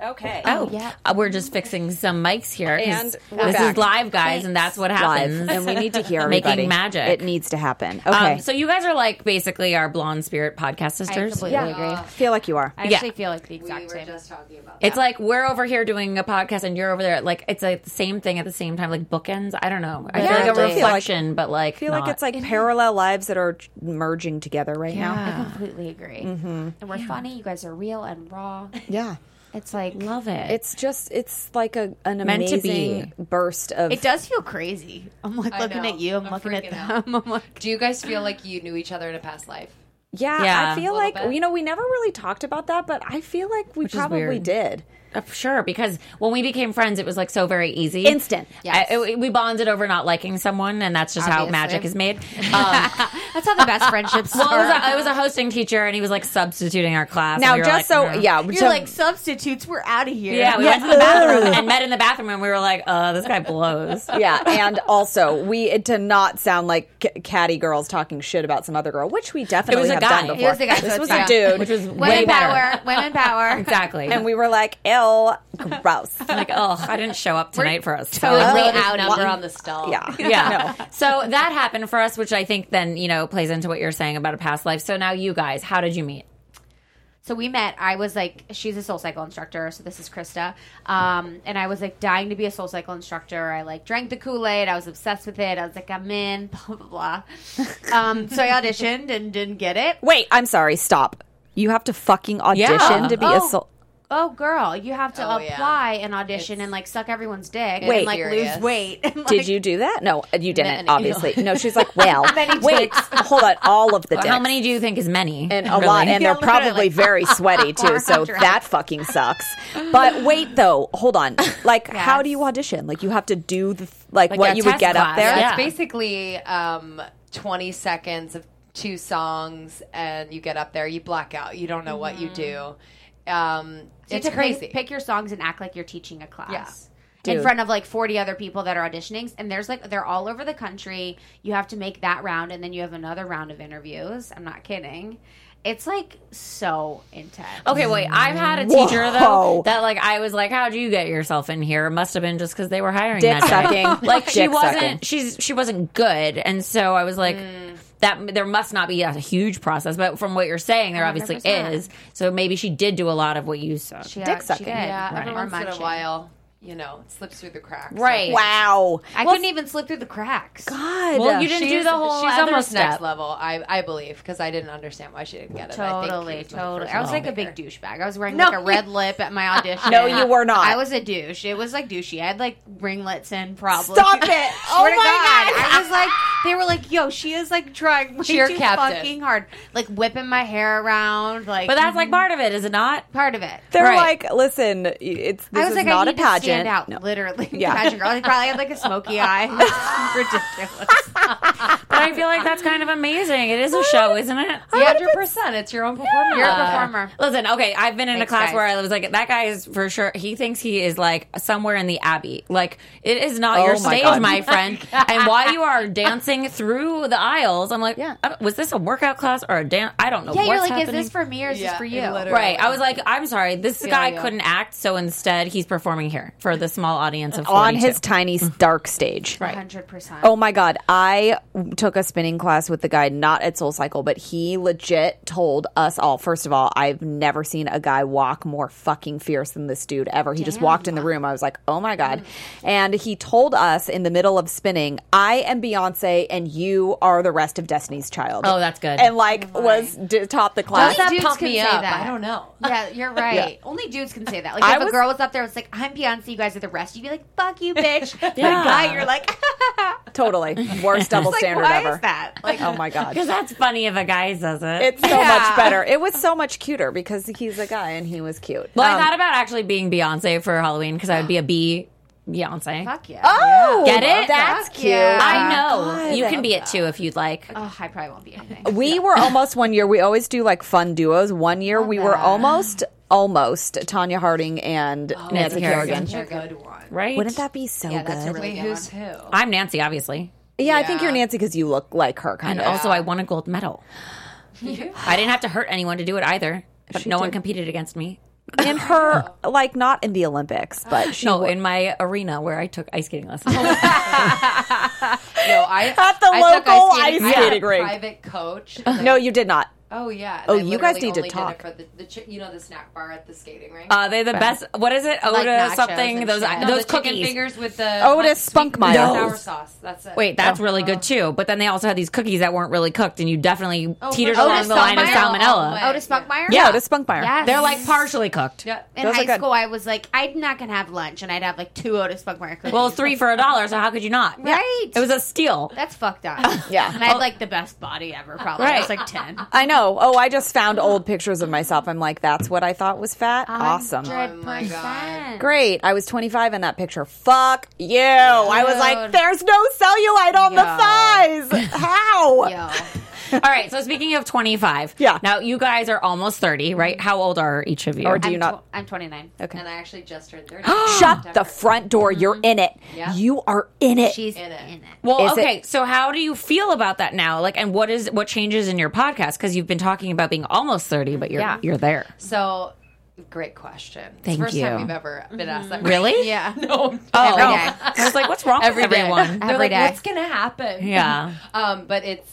Speaker 1: Okay.
Speaker 3: Oh, yeah. We're just fixing some mics here. 'cause
Speaker 1: And we're
Speaker 3: this
Speaker 1: back.
Speaker 3: is live, guys, and that's what happens.
Speaker 1: Live. And we need to hear
Speaker 3: Making
Speaker 1: everybody.
Speaker 3: magic.
Speaker 1: It needs to happen. Okay.
Speaker 3: um, so you guys are like basically our blonde spirit podcast
Speaker 4: I
Speaker 3: sisters.
Speaker 4: completely
Speaker 1: Yeah.
Speaker 4: agree.
Speaker 1: feel like you are.
Speaker 4: I
Speaker 3: Yeah.
Speaker 4: actually feel like the
Speaker 5: We
Speaker 4: exact
Speaker 5: were
Speaker 4: same.
Speaker 5: just talking about that.
Speaker 3: It's like we're over here doing a podcast and you're over there. Like it's like the same thing at the same time, like bookends. I don't know. I
Speaker 1: Yeah,
Speaker 3: feel like
Speaker 1: I
Speaker 3: a
Speaker 1: feel
Speaker 3: reflection, but like
Speaker 1: I feel like
Speaker 3: not.
Speaker 1: it's like parallel lives that are merging together right now.
Speaker 4: I completely agree. And we're funny. You guys are real and raw.
Speaker 1: Yeah.
Speaker 4: It's like
Speaker 3: love it.
Speaker 1: It's just it's like a an
Speaker 3: Meant to be.
Speaker 1: amazing burst of
Speaker 4: It does feel crazy. I'm like
Speaker 5: I
Speaker 4: looking
Speaker 5: know.
Speaker 4: at you. I'm,
Speaker 5: I'm
Speaker 4: looking at
Speaker 5: freaking out.
Speaker 4: them. I'm like,
Speaker 5: do you guys feel like you knew each other in a past life?
Speaker 1: Yeah,
Speaker 3: Yeah.
Speaker 1: I feel
Speaker 5: Little
Speaker 1: like
Speaker 5: bit.
Speaker 1: you know we never really talked about that, but I feel like we
Speaker 3: is
Speaker 1: probably
Speaker 3: weird.
Speaker 1: did.
Speaker 3: Uh, sure because when we became friends, it was like so very easy,
Speaker 1: Instant.
Speaker 3: I-
Speaker 4: Yes.
Speaker 3: it- we bonded over not liking someone, and that's just how
Speaker 4: Obviously.
Speaker 3: magic is made. Um,
Speaker 4: that's how the best friendships
Speaker 3: well, I
Speaker 4: are.
Speaker 3: was, a, I was a hosting teacher, and he was like substituting our class.
Speaker 1: Now,
Speaker 3: and we were
Speaker 1: just so
Speaker 3: like, "Nah."
Speaker 1: yeah,
Speaker 4: You're
Speaker 1: so-
Speaker 4: like substitutes. We're out of here.
Speaker 3: yeah, we went to the bathroom and met in the bathroom, and we were like, "Uh, this guy blows."
Speaker 1: yeah, and also we to not sound like c- catty girls talking shit about some other girl, which we definitely
Speaker 3: was a
Speaker 1: have
Speaker 3: guy.
Speaker 1: done before.
Speaker 3: It
Speaker 4: was a guy, so
Speaker 1: This
Speaker 4: it's
Speaker 1: was
Speaker 4: fine.
Speaker 1: a dude,
Speaker 3: Which was way
Speaker 4: Women
Speaker 3: better.
Speaker 4: power. Women power.
Speaker 3: Exactly.
Speaker 1: and we were like, "Ill, gross."
Speaker 3: like, oh, I didn't show up tonight for us.
Speaker 4: totally
Speaker 5: Wrote his
Speaker 4: out of
Speaker 5: number
Speaker 4: you.
Speaker 5: on the stall.
Speaker 1: yeah,
Speaker 3: yeah. So that happened for us, which I think then, you know, plays into what you're saying about a past life. So now you guys, how did you meet?
Speaker 4: So we met. I was like, she's a soul cycle instructor. So this is Krista. Um, and I was like dying to be a soul cycle instructor. I like drank the Kool Aid. I was obsessed with it. I was like, I'm in, blah, blah, blah. um, so I auditioned and didn't get it.
Speaker 1: Wait, I'm sorry. Stop. You have to fucking audition
Speaker 3: Yeah.
Speaker 1: to be a
Speaker 4: Oh.
Speaker 1: soul.
Speaker 4: Oh, girl, you have to
Speaker 5: Oh, yeah.
Speaker 4: apply and audition and like suck everyone's dick.
Speaker 1: Wait.
Speaker 4: and, like
Speaker 5: Serious.
Speaker 4: lose weight. And, like,
Speaker 1: Did you do that? No, you didn't.
Speaker 5: Many.
Speaker 1: Obviously, no. She's like, well,
Speaker 4: Many
Speaker 1: wait, hold on, all of the dicks.
Speaker 3: How many do you think is many?
Speaker 1: and a lot, and
Speaker 4: Yeah,
Speaker 1: they're probably
Speaker 4: literally.
Speaker 1: very sweaty too. So
Speaker 4: 400.
Speaker 1: that fucking sucks. But wait, though, hold on. Like, how
Speaker 4: Yes.
Speaker 1: do you audition? Like, you have to do the th- like, what
Speaker 3: a
Speaker 1: you would
Speaker 3: test
Speaker 1: get up
Speaker 3: class,
Speaker 1: there.
Speaker 3: yeah.
Speaker 5: It's basically um, 20 seconds of two songs, and you get up there, you black out, you don't know what you do. Um,
Speaker 4: So you
Speaker 5: it's
Speaker 4: have to
Speaker 5: crazy.
Speaker 4: Pick, pick your songs and act like you're teaching a class.
Speaker 5: Yeah.
Speaker 1: Dude.
Speaker 4: In front of like 40 other people that are auditioning, and there's like they're all over the country. You have to make that round, and then you have another round of interviews. I'm not kidding. It's like so intense.
Speaker 3: Okay, wait. I've had a teacher though
Speaker 1: Whoa.
Speaker 3: that like I was like, "How do you get yourself in here?" It must have been just because they were hiring
Speaker 1: Dick
Speaker 3: that day.
Speaker 1: sucking.
Speaker 3: Like she
Speaker 1: Dick
Speaker 3: wasn't.
Speaker 1: sucking.
Speaker 3: She's she wasn't good, and so I was like,
Speaker 5: Mm.
Speaker 3: that there must not be a huge process. But from what you're saying,
Speaker 5: Oh,
Speaker 3: there obviously
Speaker 4: 100%.
Speaker 3: is. So maybe she did do a lot of what you said.
Speaker 4: She-
Speaker 1: Dick
Speaker 4: she
Speaker 1: sucking.
Speaker 4: did.
Speaker 5: yeah,
Speaker 4: Or
Speaker 5: every once in a
Speaker 4: munching.
Speaker 5: while, you know, it slips through the cracks.
Speaker 3: Right.
Speaker 1: Wow.
Speaker 4: I couldn't even slip through the cracks.
Speaker 1: God.
Speaker 3: Well, you didn't
Speaker 5: She's,
Speaker 3: do the whole
Speaker 5: she's
Speaker 3: other
Speaker 5: almost
Speaker 3: step.
Speaker 5: next level, I, I believe, because I didn't understand why she didn't get it. I
Speaker 4: Totally,
Speaker 5: think she
Speaker 4: totally. I was like a big
Speaker 5: dude.
Speaker 4: douchebag. I was wearing
Speaker 5: No,
Speaker 4: like a red lip at my audition.
Speaker 1: No, you were not.
Speaker 4: I was a douche. It was like douchey. I had like ringlets and problems.
Speaker 1: Stop it!
Speaker 4: Swear
Speaker 1: Oh
Speaker 4: to
Speaker 1: my
Speaker 4: I was like, they were like, "Yo, she is like trying way
Speaker 5: Cheer
Speaker 4: too
Speaker 5: captain.
Speaker 4: fucking hard, like whipping my hair around, like."
Speaker 3: But that's
Speaker 5: Mm-hmm.
Speaker 3: like part of it, is it not?
Speaker 4: part of it.
Speaker 1: They're
Speaker 3: Right.
Speaker 1: like, listen, it's this
Speaker 4: I was
Speaker 1: is
Speaker 4: like,
Speaker 1: not
Speaker 4: I
Speaker 1: a
Speaker 4: need
Speaker 1: pageant.
Speaker 4: to stand out,
Speaker 1: No.
Speaker 4: literally.
Speaker 1: Yeah.
Speaker 4: pageant girl. I probably had like a smoky eye. Ridiculous.
Speaker 3: But I feel like that's kind of amazing. It is a show, isn't it?
Speaker 5: hundred percent. It's your own performance.
Speaker 4: You're a
Speaker 5: Uh,
Speaker 4: performer.
Speaker 3: Listen, okay, I've been in
Speaker 4: Thanks,
Speaker 3: a class
Speaker 4: guys.
Speaker 3: where I was like, that guy is for sure. He thinks he is like somewhere in the abbey. Like it is not
Speaker 1: Oh my
Speaker 3: your stage,
Speaker 1: God.
Speaker 3: my friend. and while you are dancing through the aisles, I'm like,
Speaker 1: Yeah.
Speaker 3: I don't- was this a workout class or a dance? I don't know.
Speaker 4: Yeah,
Speaker 3: what's
Speaker 4: you're like,
Speaker 3: happening.
Speaker 4: is this for me or is
Speaker 5: Yeah,
Speaker 4: this for you?
Speaker 5: literally.
Speaker 3: Right. I was like, I'm sorry, this
Speaker 5: Feel
Speaker 3: guy
Speaker 5: you.
Speaker 3: couldn't act, so instead he's performing here for the small audience of 42.
Speaker 1: on his tiny
Speaker 4: Mm-hmm.
Speaker 1: dark stage. Right.
Speaker 4: Hundred percent.
Speaker 1: Oh my god, I took a spinning class with the guy not at Soul Cycle, but he legit told us all. First of all, I've never seen a guy walk more fucking fierce than this dude ever. He just walked in the room. I was like, "Oh my
Speaker 3: Mm.
Speaker 1: god." And he told us in the middle of spinning, "I am Beyonce and you are the rest of Destiny's Child."
Speaker 3: Oh, that's good.
Speaker 1: And like was d- top the class.
Speaker 4: Does that
Speaker 5: dudes
Speaker 4: pump
Speaker 5: can
Speaker 4: me
Speaker 5: say
Speaker 4: up?
Speaker 5: that.
Speaker 4: I don't
Speaker 5: know.
Speaker 4: Yeah, you're right. Only dudes can say that. Like,
Speaker 1: I
Speaker 4: if
Speaker 1: was-
Speaker 4: a girl was up there, it's like, I'm Beyonce, you guys are the rest. You'd be like, fuck you, bitch. yeah.
Speaker 3: Yeah.
Speaker 4: guy, you're like,
Speaker 1: totally worst double
Speaker 4: like
Speaker 1: standard
Speaker 4: why
Speaker 1: ever.
Speaker 4: is that? Like,
Speaker 1: Oh my god.
Speaker 3: Because that's funny if a guy says it.
Speaker 1: It's so
Speaker 4: Yeah.
Speaker 1: much better. It was so much cuter because he's a guy and he was cute.
Speaker 3: well, I
Speaker 1: Um,
Speaker 3: thought about actually being Beyonce for Halloween because I would be a bee Beyonce.
Speaker 4: fuck yeah.
Speaker 1: Oh,
Speaker 3: Get it?
Speaker 1: That's
Speaker 4: Fuck
Speaker 1: cute. Oh
Speaker 4: yeah.
Speaker 3: I
Speaker 4: Uh,
Speaker 3: know.
Speaker 1: God.
Speaker 3: you can be it too if you'd like.
Speaker 4: Oh, I probably won't be anything.
Speaker 1: We were almost one year. We always do like fun duos. One year we were almost, almost Tanya Harding and Nancy
Speaker 3: Nancy Kerrigan.
Speaker 1: Kerrigan.
Speaker 5: You're a good one.
Speaker 3: Right?
Speaker 1: Wouldn't that be so
Speaker 4: Yeah,
Speaker 1: good?
Speaker 4: that's a really
Speaker 5: Wait,
Speaker 4: good
Speaker 5: who's
Speaker 4: one.
Speaker 5: who?
Speaker 3: I'm Nancy, obviously.
Speaker 1: yeah, I think
Speaker 5: Yeah.
Speaker 1: you're Nancy because you look like her,
Speaker 3: And
Speaker 1: kind of.
Speaker 3: also, I won a gold medal. I didn't have to hurt anyone to do it either. But
Speaker 1: She
Speaker 3: no one
Speaker 1: did.
Speaker 3: competed against me.
Speaker 1: in her like not in the Olympics, but she Oh,
Speaker 3: No, in my arena where I took ice skating lessons.
Speaker 5: No, I
Speaker 1: At the
Speaker 5: I took
Speaker 1: local ice
Speaker 5: skating. I had
Speaker 1: skating
Speaker 5: a
Speaker 1: rink.
Speaker 5: Private coach.
Speaker 1: no, you did not.
Speaker 5: Oh yeah.
Speaker 1: Oh,
Speaker 5: I
Speaker 1: you guys
Speaker 5: literally
Speaker 1: need to
Speaker 5: only did it
Speaker 1: talk.
Speaker 5: for the, the chi- you know the snack bar at the skating rink.
Speaker 3: Uh, they're the best. What is it?
Speaker 4: Like
Speaker 3: Oda
Speaker 4: nachos
Speaker 3: something.
Speaker 4: and
Speaker 3: Those
Speaker 4: shit. No,
Speaker 3: those
Speaker 4: the chicken
Speaker 3: cookies.
Speaker 4: fingers with the
Speaker 5: Uh-huh.
Speaker 1: Otis
Speaker 4: hot sweet
Speaker 1: Spunkmeyer.
Speaker 5: sour
Speaker 1: Those.
Speaker 5: sauce. That's it.
Speaker 3: Wait,
Speaker 1: Oh.
Speaker 3: that's really good too. But then they also had these cookies that weren't really cooked, and you definitely teetered
Speaker 4: Oh, sure.
Speaker 3: along
Speaker 4: Otis
Speaker 3: the line of
Speaker 4: Spunkmeyer.
Speaker 3: salmonella.
Speaker 4: Otis Spunkmeyer.
Speaker 1: Yeah, Otis Spunkmeyer.
Speaker 4: Yes.
Speaker 3: They're like partially cooked.
Speaker 5: Yeah.
Speaker 4: In
Speaker 1: Those are
Speaker 4: high
Speaker 1: good.
Speaker 4: school, I was like, I'm not gonna have lunch, and I'd have like two Otis Spunkmeyer cookies.
Speaker 3: Well, three for a dollar, so how could you not?
Speaker 4: Right.
Speaker 3: It was a steal.
Speaker 4: That's fucked up.
Speaker 1: Yeah.
Speaker 4: and I had like the best body ever. Probably I was like ten.
Speaker 1: I know. Oh, I just found old pictures of myself. I'm like, that's what I thought was fat. Awesome.
Speaker 5: Oh my god.
Speaker 1: Great. I was 25 in that picture. Fuck you. I was like,
Speaker 4: Dude.
Speaker 1: there's no cellulite on the thighs. How?
Speaker 4: Yo,
Speaker 3: All right. So speaking of twenty five,
Speaker 1: Yeah.
Speaker 3: Now you guys are almost thirty, right? How old are each of you?
Speaker 1: Or do
Speaker 4: I'm
Speaker 1: you not?
Speaker 4: tw- I'm 29.
Speaker 5: And I actually just turned thirty.
Speaker 1: Shut the front door. You're in it.
Speaker 5: Yeah.
Speaker 1: You are in it.
Speaker 4: She's
Speaker 5: In
Speaker 4: in
Speaker 5: it.
Speaker 4: it.
Speaker 3: well,
Speaker 1: Is it-
Speaker 3: okay. so how do you feel about that now? Like, and what is what changes in your podcast? Because you've been talking about being almost thirty, but you're
Speaker 5: Yeah.
Speaker 3: you're there.
Speaker 5: So, great question. It's
Speaker 3: Thank
Speaker 5: the first
Speaker 3: you.
Speaker 5: time we've ever been asked
Speaker 4: Mm-hmm.
Speaker 5: that.
Speaker 3: Really?
Speaker 4: Yeah.
Speaker 5: No.
Speaker 3: Oh,
Speaker 4: Every day.
Speaker 3: I was like, what's wrong
Speaker 5: Every
Speaker 3: with
Speaker 5: day.
Speaker 3: everyone?
Speaker 5: They're
Speaker 4: Every
Speaker 5: like,
Speaker 4: day.
Speaker 5: what's gonna happen?
Speaker 3: Yeah.
Speaker 5: Um, but it's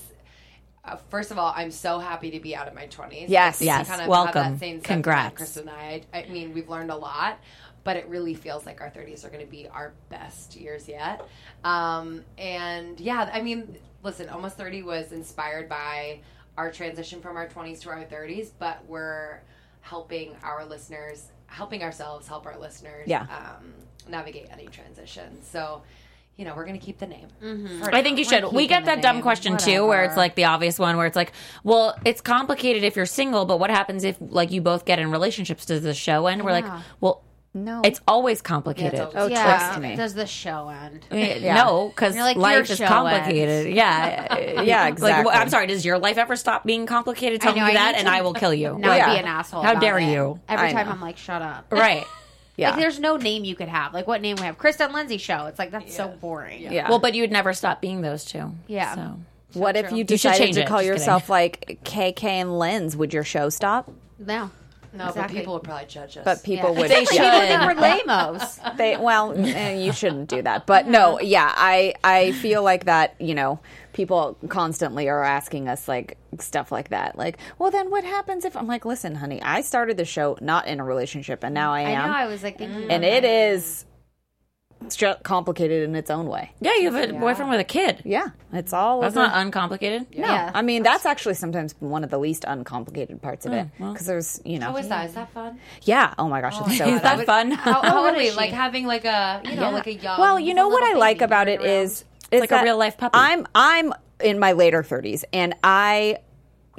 Speaker 5: uh, first of all, I'm so happy to be out of my 20s.
Speaker 1: Yes.
Speaker 5: We
Speaker 1: Yes.
Speaker 5: Kind of Have
Speaker 3: Welcome.
Speaker 5: that same sentiment,
Speaker 3: Congrats.
Speaker 5: Chris and I. I. I mean, we've learned a lot, but it really feels like our 30s are going to be our best years yet. Um, and yeah, I mean, listen, almost 30 was inspired by our transition from our 20s to our 30s, but we're helping our listeners, helping ourselves, help our listeners,
Speaker 1: Yeah.
Speaker 5: um, navigate any transition. So. You know, we're gonna keep the name. for
Speaker 3: I think you should. We get that dumb question too, where it's like the obvious one, where it's like, well, it's complicated if you're single, but what happens if like you both get in relationships? Does the show end? We're like, well,
Speaker 1: no.
Speaker 3: it's always complicated.
Speaker 5: always- Oh,
Speaker 4: yeah.
Speaker 1: trust me.
Speaker 4: Does the show end?
Speaker 1: Yeah.
Speaker 3: No, because
Speaker 4: You're like, your
Speaker 3: life is
Speaker 4: show
Speaker 3: complicated.
Speaker 1: Yeah,
Speaker 3: Yeah, Like, well,
Speaker 1: exactly.
Speaker 3: I'm sorry. Does your life ever stop being complicated? Tell
Speaker 4: know,
Speaker 3: me
Speaker 4: I
Speaker 3: that,
Speaker 4: need
Speaker 3: and
Speaker 4: to-
Speaker 3: I will kill you.
Speaker 4: Now I'd
Speaker 1: Yeah.
Speaker 4: be an asshole.
Speaker 3: Oh, How
Speaker 4: about
Speaker 3: dare
Speaker 4: it.
Speaker 3: you.
Speaker 4: Every
Speaker 1: I
Speaker 4: time
Speaker 1: know.
Speaker 4: I'm like, shut up.
Speaker 3: Right.
Speaker 1: yeah.
Speaker 4: Like, there's no name you could have. Like, what name we have? Kristen Lindsay show. It's like that's so boring. Yeah.
Speaker 1: yeah.
Speaker 3: Well, but you would never stop being those two.
Speaker 4: Yeah.
Speaker 3: So.
Speaker 1: what if you
Speaker 3: You should
Speaker 1: decided
Speaker 3: change
Speaker 1: to
Speaker 3: it.
Speaker 1: call
Speaker 3: Just
Speaker 1: yourself like KK and Lens? Would your show stop?
Speaker 4: No.
Speaker 5: No,
Speaker 4: Exactly.
Speaker 5: but people would probably judge us.
Speaker 1: But people would.
Speaker 3: They
Speaker 1: yeah.
Speaker 3: should.
Speaker 4: People think we're lamos.
Speaker 1: they well eh, you shouldn't do that but no yeah i i feel like that you know people constantly are asking us like stuff like that like well then what happens if i'm like listen honey i started the show not in a relationship and now i
Speaker 4: I
Speaker 1: am
Speaker 4: know. I was like thinking.
Speaker 1: and it is it's just complicated in its own way
Speaker 3: Yeah, you have a boyfriend with a kid.
Speaker 1: yeah it's all
Speaker 3: That's
Speaker 1: over-
Speaker 3: not uncomplicated.
Speaker 1: no,
Speaker 4: Yeah.
Speaker 1: I mean that's actually sometimes one of the least uncomplicated parts
Speaker 3: Hmm,
Speaker 1: of it because there's you know
Speaker 5: How is that? Is that fun?
Speaker 1: yeah oh my gosh it's so
Speaker 3: Is
Speaker 1: fun.
Speaker 3: that fun?
Speaker 5: How, how
Speaker 4: old
Speaker 5: are we?
Speaker 4: is she?
Speaker 5: Like having like a you know
Speaker 1: Yeah.
Speaker 5: like a young.
Speaker 1: Well, you
Speaker 5: he's
Speaker 1: know
Speaker 5: a
Speaker 1: what I
Speaker 5: little
Speaker 1: like
Speaker 5: baby
Speaker 1: about it
Speaker 5: running around.
Speaker 1: is it's
Speaker 3: like a
Speaker 1: that
Speaker 3: real-life puppy.
Speaker 1: I'm I'm in my later 30s and I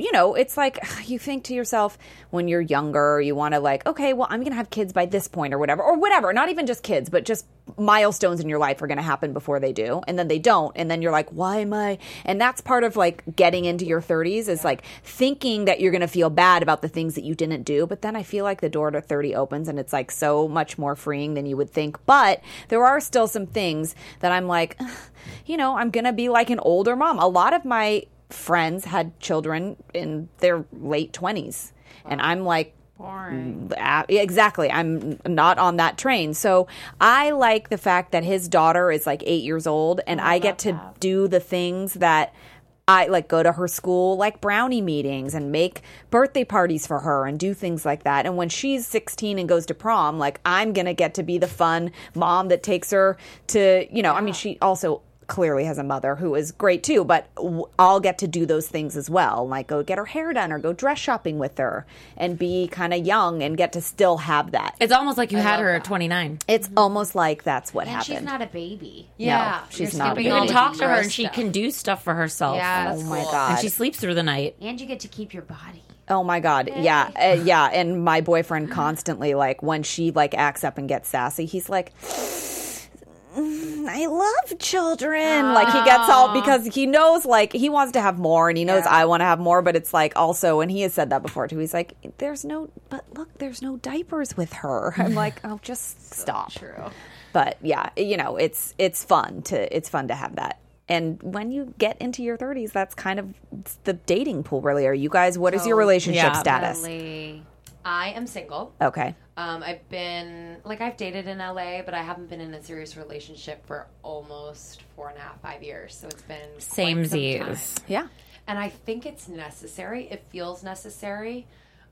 Speaker 1: you know, it's like you think to yourself when you're younger, you want to like, okay, well, I'm going to have kids by this point or whatever, or whatever. Not even just kids, but just milestones in your life are going to happen before they do, and then they don't, and then you're like, why am I? And that's part of like getting into your 30s is like thinking that you're going to feel bad about the things that you didn't do, but then I feel like the door to 30 opens and it's like so much more freeing than you would think. But there are still some things that I'm like, you know, I'm going to be like an older mom. A lot of my friends had children in their late 20s and i'm like uh, exactly i'm not on that train so i like the fact that his daughter is like eight years old and i, get to do the things that i like go to her school like brownie meetings and make birthday parties for her and do things like that and when she's 16 and goes to prom like i'm gonna get to be the fun mom that takes her to you know i mean she also clearly has a mother who is great too, but w- I'll get to do those things as well. Like go get her hair done or go dress shopping with her and be kind of young and get to still have that.
Speaker 3: It's almost like you had her at 29.
Speaker 1: It's almost like that's what
Speaker 4: And
Speaker 1: happened.
Speaker 4: she's not a baby.
Speaker 5: yeah,
Speaker 1: she's
Speaker 5: you're
Speaker 1: not a
Speaker 5: skipping
Speaker 1: baby.
Speaker 3: You
Speaker 5: all
Speaker 3: can
Speaker 5: the
Speaker 3: talk to her
Speaker 5: gross
Speaker 3: and she
Speaker 5: stuff.
Speaker 3: can do stuff for herself.
Speaker 4: Yeah, that's
Speaker 1: oh my
Speaker 4: cool.
Speaker 1: god.
Speaker 3: And she sleeps through the night.
Speaker 4: And you get to keep your body.
Speaker 1: Oh my god. Yeah. Uh, yeah, and my boyfriend constantly like when she like acts up and gets sassy, he's like "Mm, I love children. Like he gets all because he knows like he wants to have more and he knows I want to have more, but it's like also and he has said that before too. He's like there's no but look, there's no diapers with her. I'm like, "Oh, just stop." True. But yeah, you know, it's it's fun to it's fun to have that. And when you get into your 30s, that's kind of it's the dating pool really. Are you guys what is your relationship
Speaker 3: Yeah.
Speaker 1: status?
Speaker 4: Really.
Speaker 5: I am single.
Speaker 1: Okay.
Speaker 5: Um, I've been like I've dated in LA, but I haven't been in a serious relationship for almost four and a half, five years. So it's been quite some time.
Speaker 3: Samesies.
Speaker 1: Yeah.
Speaker 5: and I think it's necessary. It feels necessary.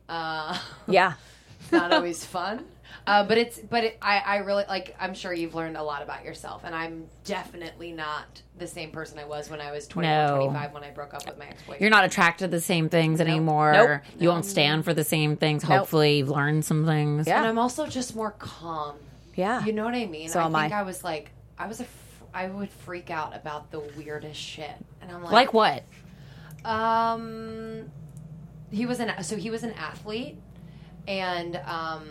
Speaker 5: Uh,
Speaker 1: Yeah.
Speaker 5: it's not always fun, uh, but it's but it, I I really like. I'm sure you've learned a lot about yourself, and I'm definitely not the same person I was when I was 21,
Speaker 3: No.
Speaker 5: 25 when I broke up with my ex boyfriend.
Speaker 3: You're not attracted to the same things anymore.
Speaker 1: Nope.
Speaker 3: You won't stand for the same things. Hopefully, you've learned some things.
Speaker 1: Yeah.
Speaker 5: and I'm also just more calm.
Speaker 1: Yeah.
Speaker 5: You know what I mean?
Speaker 1: So
Speaker 5: I
Speaker 1: am
Speaker 5: think
Speaker 1: I.
Speaker 5: I. was like, I was a, f- I would freak out about the weirdest shit, and I'm
Speaker 3: Like what?
Speaker 5: Um, he was an so he was an athlete, and um,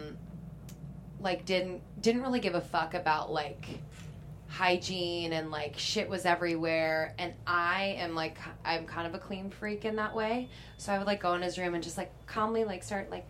Speaker 5: like didn't didn't really give a fuck about like hygiene and like shit was everywhere. And I am like I'm kind of a clean freak in that way, so I would like go in his room and just like calmly like start like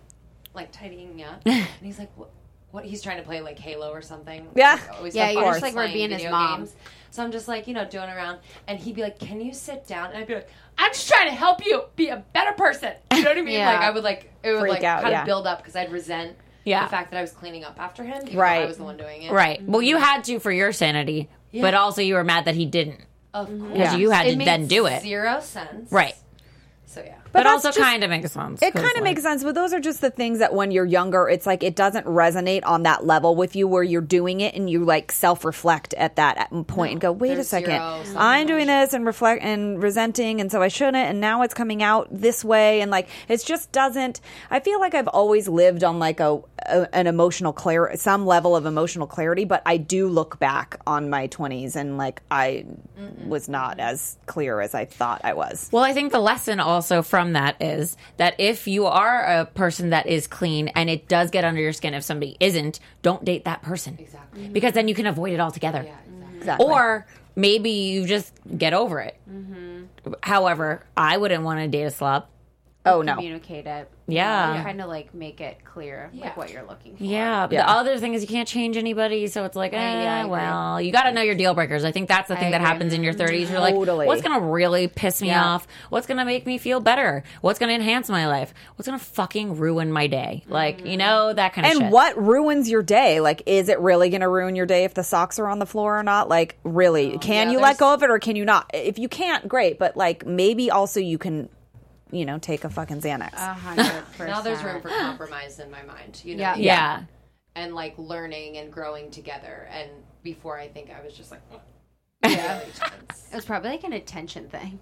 Speaker 5: like tidying up, and he's like what. What he's trying to play like Halo or something.
Speaker 1: Yeah.
Speaker 5: always
Speaker 4: Yeah,
Speaker 5: the
Speaker 4: you're
Speaker 5: fun
Speaker 4: just, like,
Speaker 5: playing
Speaker 4: being his
Speaker 5: video
Speaker 4: mom.
Speaker 5: games. So I'm just like, you know, doing around, and he'd be like, "Can you sit down?" And I'd be like, "I'm just trying to help you be a better person." You know what I mean?
Speaker 4: Yeah.
Speaker 5: Like I would like it would
Speaker 1: Freak
Speaker 5: like
Speaker 1: out,
Speaker 5: kind
Speaker 1: yeah.
Speaker 5: of build up because I'd resent
Speaker 3: Yeah.
Speaker 5: the fact that I was cleaning up after him. even though
Speaker 1: Right.
Speaker 5: I was the one doing it.
Speaker 3: Right. Well, you
Speaker 1: Mm-hmm.
Speaker 3: had to for your sanity, but also you were mad that he didn't.
Speaker 5: Of course.
Speaker 3: Mm-hmm. Yeah. you had
Speaker 5: It
Speaker 3: to
Speaker 5: made
Speaker 3: then do it.
Speaker 5: Zero sense.
Speaker 3: Right.
Speaker 5: So yeah.
Speaker 3: But,
Speaker 1: that's
Speaker 3: also
Speaker 1: just-
Speaker 3: kind of makes sense.
Speaker 1: It kind of makes sense, but those are just the things that when you're younger, it's like it doesn't resonate on that level with you where you're doing it and you like self reflect at that at- mm, point and go, wait a
Speaker 5: there's
Speaker 1: second,
Speaker 5: zero self-reflection.
Speaker 1: I'm doing this and reflect and resenting, and so I shouldn't, and now it's coming out this way, and like it just doesn't. I feel like I've always lived on like a, a an emotional clear some level of emotional clarity, but I do look back on my 20s and like I was not as clear as I thought I was.
Speaker 3: Well, I think the lesson also from that is that if you are a person that is clean and it does get under your skin, if somebody isn't, don't date that person. Mm-hmm.
Speaker 5: Exactly.
Speaker 3: Because then you can avoid it altogether.
Speaker 5: Yeah. Exactly.
Speaker 1: Exactly.
Speaker 3: Or maybe you just get over it.
Speaker 1: Mm-hmm.
Speaker 3: However, I wouldn't want to date a slob.
Speaker 1: oh no.
Speaker 4: Communicate it.
Speaker 3: Yeah.
Speaker 4: Kind of like make it clear like what you're looking for.
Speaker 3: Yeah, but
Speaker 1: Yeah.
Speaker 3: the other thing is you can't change anybody, so it's like, eh,
Speaker 4: yeah, I agree.
Speaker 3: well, you got to know your deal breakers. I think that's the thing that
Speaker 4: agree.
Speaker 3: happens in your 30s. You're
Speaker 1: Totally.
Speaker 3: like, what's going to really piss me off? What's going to make me feel better? What's going to enhance my life? What's going to fucking ruin my day? Like, you know, that kind of
Speaker 1: And
Speaker 3: shit.
Speaker 1: what ruins your day? Like, is it really going to ruin your day if the socks are on the floor or not? Like, really,
Speaker 4: Oh,
Speaker 1: can
Speaker 5: Yeah,
Speaker 1: you let
Speaker 5: there's-
Speaker 1: go of it or can you not? If you can't, great. But like, maybe also you can, you know, take a fucking Xanax.
Speaker 4: A hundred percent.
Speaker 5: Now there's room for compromise in my mind. You know.
Speaker 4: Yeah.
Speaker 5: what I mean?
Speaker 3: Yeah.
Speaker 5: And like learning and growing together. And before I think I was just like.
Speaker 4: Yeah.
Speaker 5: really tense.
Speaker 4: It was probably like an attention thing.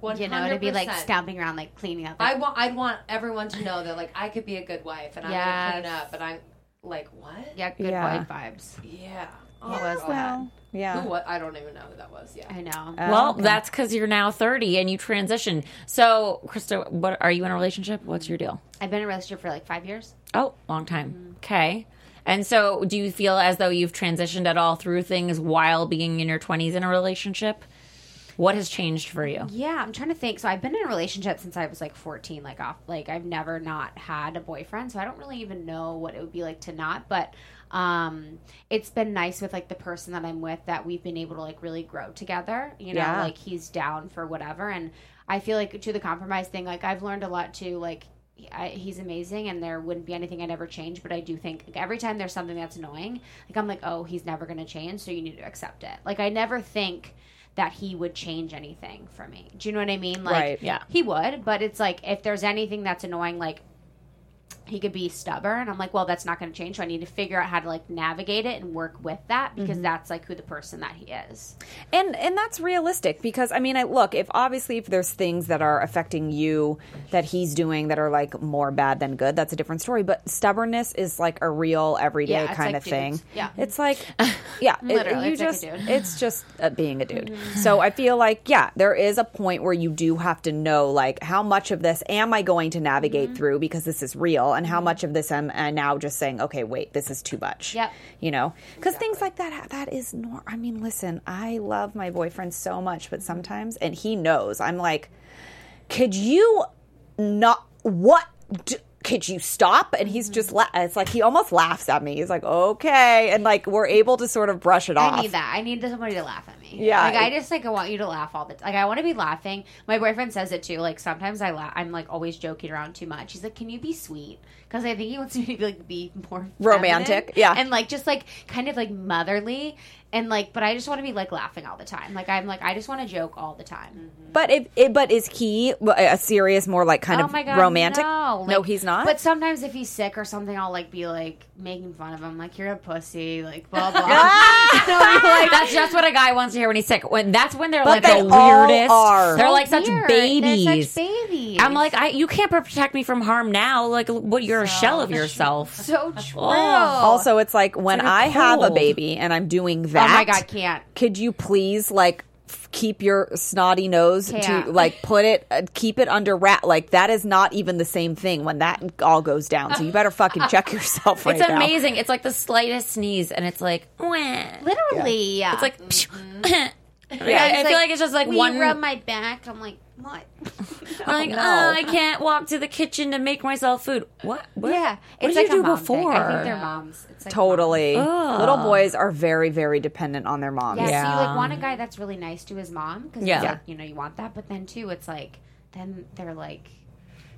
Speaker 5: 100%.
Speaker 4: You know, to be like stomping around, like cleaning up.
Speaker 5: I
Speaker 4: Like,
Speaker 5: want. I'd want everyone to know that, like, I could be a good wife and I would clean
Speaker 4: Yes.
Speaker 5: up, and I'm like, what?
Speaker 4: yeah, good
Speaker 1: Yeah.
Speaker 4: vibe vibes.
Speaker 5: Yeah. Oh,
Speaker 4: It was
Speaker 5: God.
Speaker 4: that.
Speaker 1: yeah.
Speaker 5: Who? What? I don't even know who that was. Yeah.
Speaker 4: I know.
Speaker 3: Well, that's because you're now 30 and you transition. So, Krista, what are you in a relationship? What's your deal?
Speaker 4: I've been in a relationship for like five years.
Speaker 3: Oh, long time. Okay. And so, do you feel as though you've transitioned at all through things while being in your 20s in a relationship? What has changed for you?
Speaker 4: Yeah, I'm trying to think. So I've been in a relationship since I was like 14, like off, like I've never not had a boyfriend. So I don't really even know what it would be like to not, but um it's been nice with like the person that I'm with that we've been able to like really grow together, you know,
Speaker 1: Yeah.
Speaker 4: like he's down for whatever and I feel like to the compromise thing, like I've learned a lot too, like I, he's amazing and there wouldn't be anything I'd ever change. But I do think like, every time there's something that's annoying, like I'm like, oh, he's never going to change. So you need to accept it. Like I never think that he would change anything for me. Do you know what I mean? Like,
Speaker 1: Right,
Speaker 3: yeah.
Speaker 4: He would, but it's like if there's anything that's annoying, like he could be stubborn. I'm like, well, that's not going to change. So I need to figure out how to like navigate it and work with that because that's like who the person that he is.
Speaker 1: and and that's realistic because I mean, I look if obviously if there's things that are affecting you that he's doing that are like more bad than good, that's a different story. But stubbornness is like a real everyday
Speaker 4: Yeah, it's
Speaker 1: kind of
Speaker 4: like
Speaker 1: thing.
Speaker 4: dudes. Yeah.
Speaker 1: it's like yeah, it-
Speaker 4: Literally,
Speaker 1: you
Speaker 4: it's like a
Speaker 1: just
Speaker 4: dude.
Speaker 1: it's just uh, being a dude. So I feel like yeah, there is a point where you do have to know like how much of this am I going to navigate through because this is real, and how much of this am I now just saying okay, wait, this is too much.
Speaker 4: Yep.
Speaker 1: You know, because things like that ha- that is nor. I mean, listen, I love my boyfriend so much, but sometimes, and he knows, I'm like, could you not what? D- could you stop? And he's just, la- it's like he almost laughs at me. He's like, okay. And like, we're able to sort of brush it off.
Speaker 4: I need that. I need somebody to laugh at me. me.
Speaker 1: Yeah.
Speaker 4: Like I just like I want you to laugh all the time. Like I want to be laughing. My boyfriend says it too. Like sometimes I laugh. I'm like always joking around too much. He's like, "Can you be sweet?" Because I think he wants me to be, like be more
Speaker 1: Romantic,
Speaker 4: feminine
Speaker 1: yeah.
Speaker 4: and like just like kind of like motherly. And like, but I just want to be like laughing all the time. Like I'm like I just want to joke all the time.
Speaker 1: But if it, but is he a serious, more like kind
Speaker 4: oh
Speaker 1: of
Speaker 4: my god,
Speaker 1: romantic?
Speaker 4: No,
Speaker 1: no,
Speaker 4: Like,
Speaker 1: he's not.
Speaker 4: But sometimes if he's sick or something, I'll like be like making fun of him, like you're a pussy, like blah blah. So I'm like,
Speaker 3: that's just what a guy wants to hear when he's sick. When that's when they're
Speaker 1: But
Speaker 3: like
Speaker 1: they
Speaker 3: the
Speaker 1: all
Speaker 3: weirdest.
Speaker 1: are.
Speaker 3: They're like such
Speaker 4: weird.
Speaker 3: babies.
Speaker 4: They're such babies.
Speaker 3: I'm like, I you can't protect me from harm now. Like, what you're a shell of yourself.
Speaker 4: so true.
Speaker 1: also, it's like when
Speaker 3: like a
Speaker 1: I have a
Speaker 3: cold.
Speaker 1: baby and I'm doing
Speaker 4: oh
Speaker 1: that.
Speaker 4: my god, can't.
Speaker 1: could you please like f- keep your snotty nose
Speaker 4: Can't.
Speaker 1: to like put it uh, keep it under rat like that is not even the same thing when that all goes down so you better fucking check yourself right
Speaker 3: it's
Speaker 1: now.
Speaker 3: amazing. It's like the slightest sneeze, and it's like, Wah.
Speaker 4: Literally, yeah.
Speaker 3: It's like,
Speaker 4: Mm-hmm. Yeah,
Speaker 3: I, I
Speaker 4: it's
Speaker 3: feel like it's just like
Speaker 4: "Will you
Speaker 3: one.
Speaker 4: rub my back. I'm like, what?
Speaker 3: like, oh, I can't walk to the kitchen to make myself food. What? what?
Speaker 4: yeah,
Speaker 3: What
Speaker 4: it's
Speaker 3: did
Speaker 4: like
Speaker 3: you do
Speaker 4: a mom thing.
Speaker 3: before?
Speaker 4: I think they're moms. It's like
Speaker 1: totally
Speaker 3: Ugh.
Speaker 1: little boys are very very dependent on their moms
Speaker 4: Yeah, so you
Speaker 3: Yeah.
Speaker 4: like want a guy that's really nice to his mom because
Speaker 3: Yeah.
Speaker 4: like, you know you want that, but then too, it's like then they're like,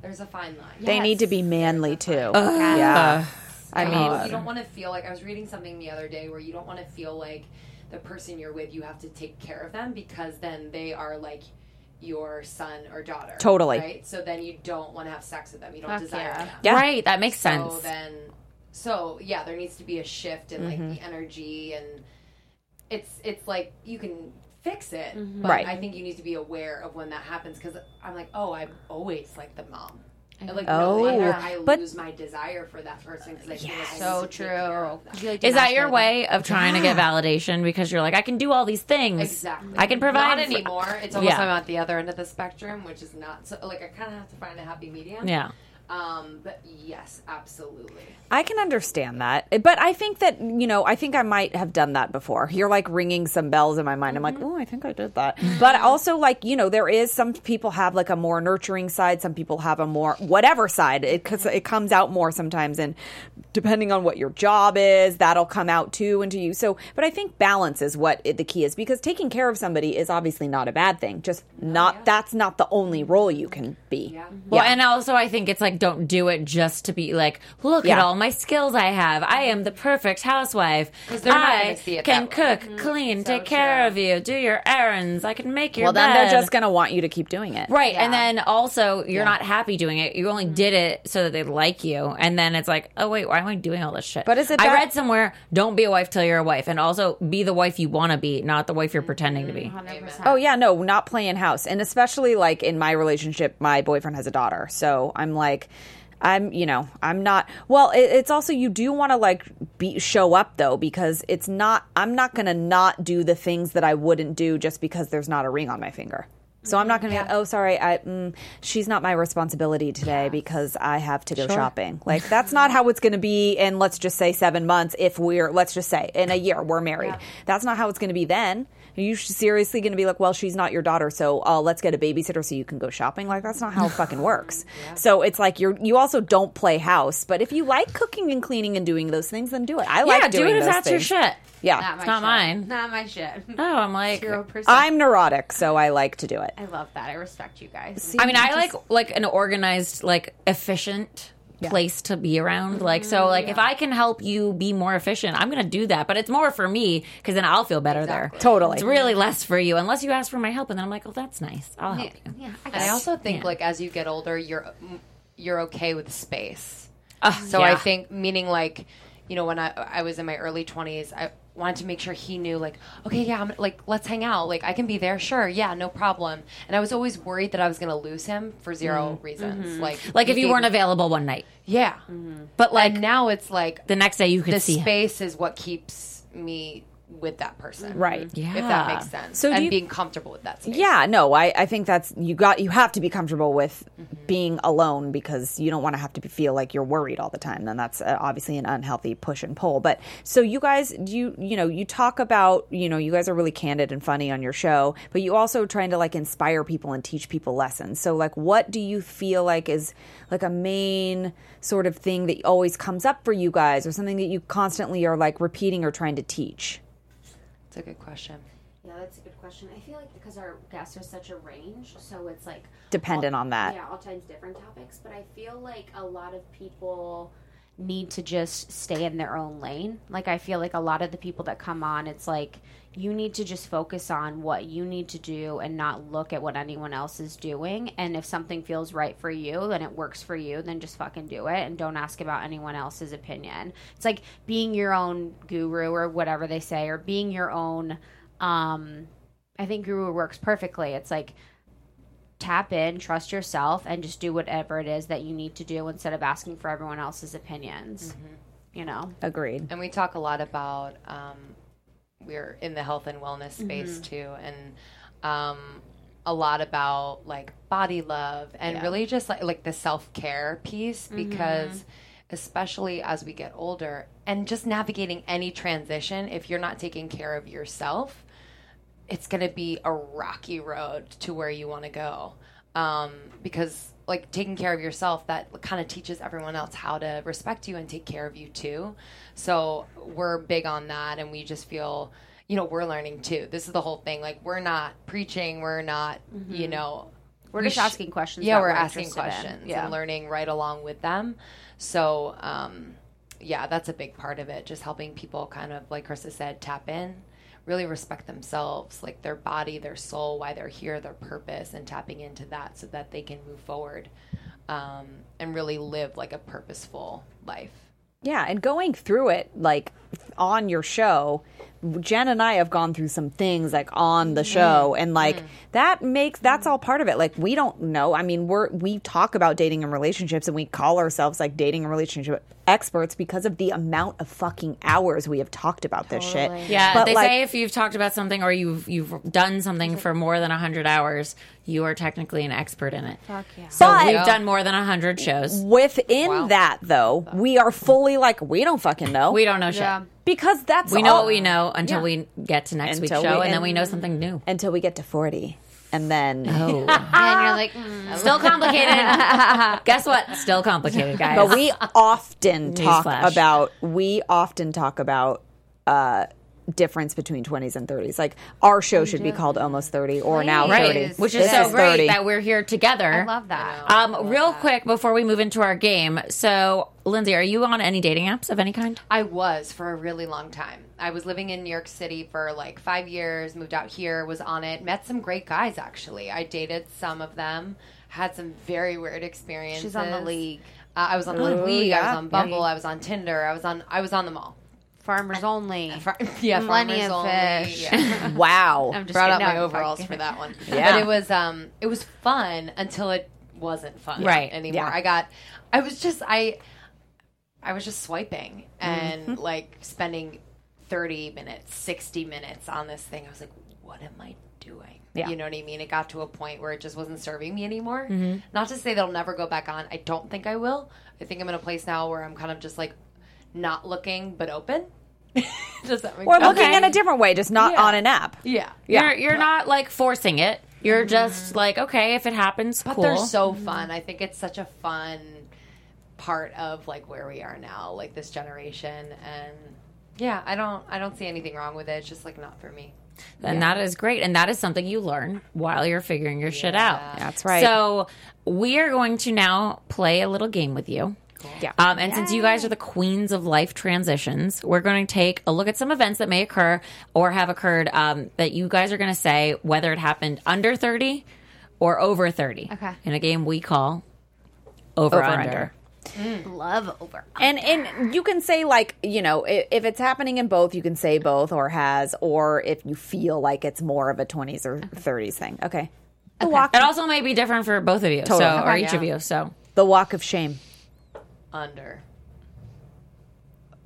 Speaker 5: There's a fine line.
Speaker 1: they
Speaker 4: Yes.
Speaker 1: need to be manly too
Speaker 4: Yes.
Speaker 1: yeah i
Speaker 5: You
Speaker 1: mean
Speaker 5: don't- you don't want to feel like I was reading something the other day where you don't want to feel like the person you're with, you have to take care of them because then they are like your son or daughter.
Speaker 1: Totally.
Speaker 5: Right? So then you don't want to have sex with them. You don't
Speaker 4: Fuck
Speaker 5: desire
Speaker 4: yeah.
Speaker 5: them.
Speaker 1: Yeah.
Speaker 3: Right. That makes sense.
Speaker 5: So then, so yeah, there needs to be a shift in like
Speaker 3: Mm-hmm.
Speaker 5: the energy and it's it's like you can fix it,
Speaker 3: Mm-hmm.
Speaker 5: but
Speaker 1: Right.
Speaker 5: I think you need to be aware of when that happens because I'm like, oh, I'm always like the mom. And, like
Speaker 1: Oh,
Speaker 5: no wonder I
Speaker 1: but-
Speaker 5: lose my desire for that person because I feel like I need
Speaker 4: so
Speaker 5: to take
Speaker 4: true.
Speaker 5: care of them.
Speaker 4: 'Cause you, like,
Speaker 3: Is that
Speaker 4: demasculate
Speaker 3: your
Speaker 4: them.
Speaker 3: way of trying to get validation because you're like, I can do all these things.
Speaker 5: Exactly.
Speaker 3: I can provide
Speaker 5: Not
Speaker 3: for-
Speaker 5: anymore. It's almost
Speaker 3: Yeah.
Speaker 5: I'm at the other end of the spectrum, which is not so. Like I kind of have to find a happy medium.
Speaker 3: Yeah.
Speaker 5: Um. But yes, absolutely.
Speaker 1: I can understand that. But I think that, you know, I think I might have done that before. You're like ringing some bells in my mind. I'm like, oh, I think I did that. But also, like, you know, there is some people have like a more nurturing side, some people have a more whatever side. It, cause it comes out more sometimes. And depending on what your job is, that'll come out too into you. So, but I think balance is what it, the key is because taking care of somebody is obviously not a bad thing. Just not, that's not the only role you can be.
Speaker 5: Yeah.
Speaker 3: Well, and also I think it's like don't do it just to be like, look at
Speaker 1: Yeah.
Speaker 3: all my skills I have. I am the perfect housewife.
Speaker 5: 'Cause they're not
Speaker 3: I
Speaker 5: gonna see it
Speaker 3: can
Speaker 5: that way. Mm-hmm.
Speaker 3: cook, clean, take care of you, do your errands. I can make your
Speaker 1: Well, then
Speaker 3: bed.
Speaker 1: they're just going to want you to keep doing it.
Speaker 3: Right. And then also, you're not happy doing it. You only did it so that they like you. And then it's like, oh, wait, why am I doing all this shit?
Speaker 1: But is it
Speaker 3: I
Speaker 1: bad-
Speaker 3: read somewhere, don't be a wife till you're a wife. And also, be the wife you want to be, not the wife you're pretending to be.
Speaker 4: 100%.
Speaker 1: Oh yeah, no, not playing house, and especially like in my relationship, my boyfriend has a daughter, so I'm like, I'm you know, I'm not. Well, it, it's also you do want to like be show up though because it's not. I'm not gonna not do the things that I wouldn't do just because there's not a ring on my finger. So I'm not gonna. Be, oh, sorry. I mm, she's not my responsibility today because I have to go shopping. Like that's not how it's gonna be. in let's just say seven months. If we're let's just say in a year we're married. That's not how it's gonna be then. Are you seriously going to be like, well, she's not your daughter, so uh, let's get a babysitter so you can go shopping? Like, that's not how it fucking works. So it's like you're you also don't play house, but if you like cooking and cleaning and doing those things, then do it. I
Speaker 3: yeah,
Speaker 1: like
Speaker 3: do
Speaker 1: doing
Speaker 3: it if
Speaker 1: those
Speaker 3: that's your
Speaker 1: things.
Speaker 3: shit.
Speaker 1: Yeah,
Speaker 4: my
Speaker 3: Oh, not
Speaker 4: shit.
Speaker 3: mine. Oh,
Speaker 4: Not my shit.
Speaker 3: No, I'm like,
Speaker 4: Zero percent.
Speaker 1: I'm neurotic, so I like to do it.
Speaker 3: Mm-hmm.
Speaker 4: I love that. I respect you guys.
Speaker 3: I mean, I like like an organized, like efficient place to be around. Like, so,
Speaker 1: Mm-hmm,
Speaker 3: like if I can help you be more efficient, I'm gonna do that. But it's more for me because then I'll feel better there.
Speaker 1: Totally.
Speaker 3: it's really less for you unless you ask for my help, and then I'm like, oh, that's nice. I'll help you.
Speaker 4: yeah, I
Speaker 5: And I
Speaker 4: guess.
Speaker 5: also think
Speaker 3: Yeah.
Speaker 5: like as you get older, you're you're okay with space.
Speaker 3: Ugh,
Speaker 5: So I
Speaker 3: Oh, yeah.
Speaker 5: think meaning like, you know, when I I was in my early twenties, I wanted to make sure he knew like, okay, yeah, I'm like let's hang out, like I can be there, sure, yeah, no problem. And I was always worried that I was gonna lose him for 0 reasons, like
Speaker 3: Mm-hmm. Like if
Speaker 5: he
Speaker 3: you weren't
Speaker 5: gave-
Speaker 3: available one night,
Speaker 5: yeah,
Speaker 3: but like
Speaker 5: and now it's like
Speaker 3: the next day you could
Speaker 5: the
Speaker 3: see him.
Speaker 5: space is what keeps me with that person,
Speaker 1: Right.
Speaker 3: Yeah.
Speaker 5: If that makes sense,
Speaker 1: So do
Speaker 5: and
Speaker 1: you-
Speaker 5: being comfortable with that space.
Speaker 1: Yeah, no, I, I think that's you got you have to be comfortable with being alone because you don't want to have to be, feel like you're worried all the time. Then that's uh, obviously an unhealthy push and pull. But so you guys, do you you know you talk about you know you guys are really candid and funny on your show, but you also trying to like inspire people and teach people lessons. So like, what do you feel like is like a main sort of thing that always comes up for you guys, or something that you constantly are like repeating or trying to teach?
Speaker 5: It's a good question.
Speaker 4: Yeah, that's a good question. I feel like because our guests are such a range, so it's like
Speaker 1: dependent on that.
Speaker 4: yeah, all times different topics, but I feel like a lot of people need to just stay in their own lane. Like I feel like a lot of the people that come on, it's like you need to just focus on what you need to do and not look at what anyone else is doing. And if something feels right for you and it works for you, then just fucking do it and don't ask about anyone else's opinion. It's like being your own guru or whatever they say or being your own um I think guru works perfectly. It's like tap in, trust yourself, and just do whatever it is that you need to do instead of asking for everyone else's opinions.
Speaker 5: Mm-hmm.
Speaker 4: You know?
Speaker 1: Agreed.
Speaker 5: And we talk a lot about um, we're in the health and wellness space too, and um, a lot about like body love and really just like like the self care piece because. Especially as we get older, and just navigating any transition, if you're not taking care of yourself, it's going to be a rocky road to where you want to go um, because like taking care of yourself that kind of teaches everyone else how to respect you and take care of you too so we're big on that and we just feel you know we're learning too this is the whole thing like we're not preaching we're not you know
Speaker 4: Mm-hmm. We're
Speaker 5: we
Speaker 4: just
Speaker 5: sh-
Speaker 4: asking questions.
Speaker 5: yeah
Speaker 4: that
Speaker 5: we're asking
Speaker 4: interested in.
Speaker 5: questions
Speaker 4: Yeah.
Speaker 5: and learning right along with them so um, yeah that's a big part of it just helping people kind of like krista said tap in really respect themselves like their body their soul why they're here their purpose and tapping into that so that they can move forward um, and really live like a purposeful life
Speaker 1: Yeah, and going through it like on your show, Jen and I have gone through some things like on the show and like that makes that's all part of it. Like we don't know. I mean, we're we talk about dating and relationships and we call ourselves like dating and relationship experts because of the amount of fucking hours we have talked about this shit.
Speaker 3: Yeah,
Speaker 1: But,
Speaker 3: they
Speaker 1: like-
Speaker 3: say if you've talked about something or you've you've done something for more than hundred hours, you are technically an expert in it. Fuck yeah! So
Speaker 1: But-
Speaker 3: we've done more than hundred shows.
Speaker 1: Within that though, we are fully like we don't fucking know.
Speaker 3: We don't know shit.
Speaker 1: um,
Speaker 4: Yeah.
Speaker 1: because that's
Speaker 3: We know
Speaker 1: all-
Speaker 3: what we know until
Speaker 1: Uh, Yeah.
Speaker 3: we get to next
Speaker 1: Until
Speaker 3: week's show,
Speaker 1: we-
Speaker 3: and then we
Speaker 1: and-
Speaker 3: know something new.
Speaker 1: until we get to 40 and then
Speaker 3: Oh,
Speaker 4: And
Speaker 1: ah.
Speaker 4: you're like, mm,
Speaker 3: still complicated. Guess what? Still complicated, guys.
Speaker 1: but we often talk
Speaker 3: Newsflash.
Speaker 1: about we often talk about uh difference between 20s and 30s like our show should be called almost 30 or now
Speaker 4: Please.
Speaker 1: 30
Speaker 3: Which
Speaker 1: This
Speaker 3: is so great
Speaker 1: 30.
Speaker 3: that we're here together.
Speaker 4: I love that.
Speaker 3: Um, real quick before we move into our game. So, Lindsay, are you on any dating apps of any kind?
Speaker 5: I was for a really long time. I was living in New York City for like five years, moved out here, was on it, met some great guys actually. I dated some of them, had some very weird experiences.
Speaker 4: She's on the league.
Speaker 5: Uh, I was on the
Speaker 1: Ooh,
Speaker 5: league. I
Speaker 1: yeah,
Speaker 5: was on Bumble. I was on Tinder. I was on. I was on them all.
Speaker 4: Farmers only.
Speaker 5: Fr- yeah,
Speaker 4: Plenty
Speaker 5: farmers
Speaker 4: of
Speaker 5: only.
Speaker 4: fish.
Speaker 5: Yeah.
Speaker 1: wow
Speaker 4: I'm just
Speaker 5: Brought out
Speaker 4: kidding.
Speaker 5: my
Speaker 4: No,
Speaker 5: overalls
Speaker 4: fuck.
Speaker 5: for that one.
Speaker 1: Yeah.
Speaker 5: But it was um it was fun until it wasn't fun
Speaker 3: Right.
Speaker 5: anymore.
Speaker 1: Yeah.
Speaker 5: I got I was just I I was just swiping and
Speaker 1: Mm-hmm.
Speaker 5: like spending 30 minutes, 60 minutes on this thing. I was like, what am I doing?
Speaker 1: Yeah.
Speaker 5: You know what I mean? It got to a point where it just wasn't serving me anymore.
Speaker 1: Mm-hmm.
Speaker 5: Not to say that I'll never go back on. I don't think I will. I think I'm in a place now where I'm kind of just like not looking but open. Does that make
Speaker 1: or
Speaker 5: sense?
Speaker 1: looking
Speaker 3: Okay.
Speaker 1: in a different way just not
Speaker 5: Yeah.
Speaker 1: on an app
Speaker 5: Yeah.
Speaker 1: Yeah. Mm-hmm.
Speaker 3: You're you're not like forcing it. You're just like, okay, if it happens,
Speaker 5: But
Speaker 3: cool.
Speaker 5: they're so fun. I think it's such a fun part of like where we are now, like this generation and yeah, I don't I don't see anything wrong with it. It's just like not for me.
Speaker 3: and that is great. And that is something you learn while you're figuring your shit out.
Speaker 1: That's right.
Speaker 3: So we are going to now play a little game with you.
Speaker 1: Yeah.
Speaker 3: Um, and since you guys are the queens of life transitions, we're going to take a look at some events that may occur or have occurred um, that you guys are going to say whether it happened under 30 or over 30.
Speaker 4: Okay.
Speaker 3: In a game we call Over,
Speaker 1: Over,
Speaker 3: under.
Speaker 1: under.
Speaker 4: Love over.
Speaker 1: and and you can say like you know i- if it's happening in both you can say both or has or if you feel like it's more of a 20s or 30s thing okay the walk
Speaker 3: It also may be different for both of you,
Speaker 1: Totally. Oh,
Speaker 3: so, or
Speaker 1: Okay.
Speaker 3: each of you. So
Speaker 1: the walk of shame
Speaker 5: Under.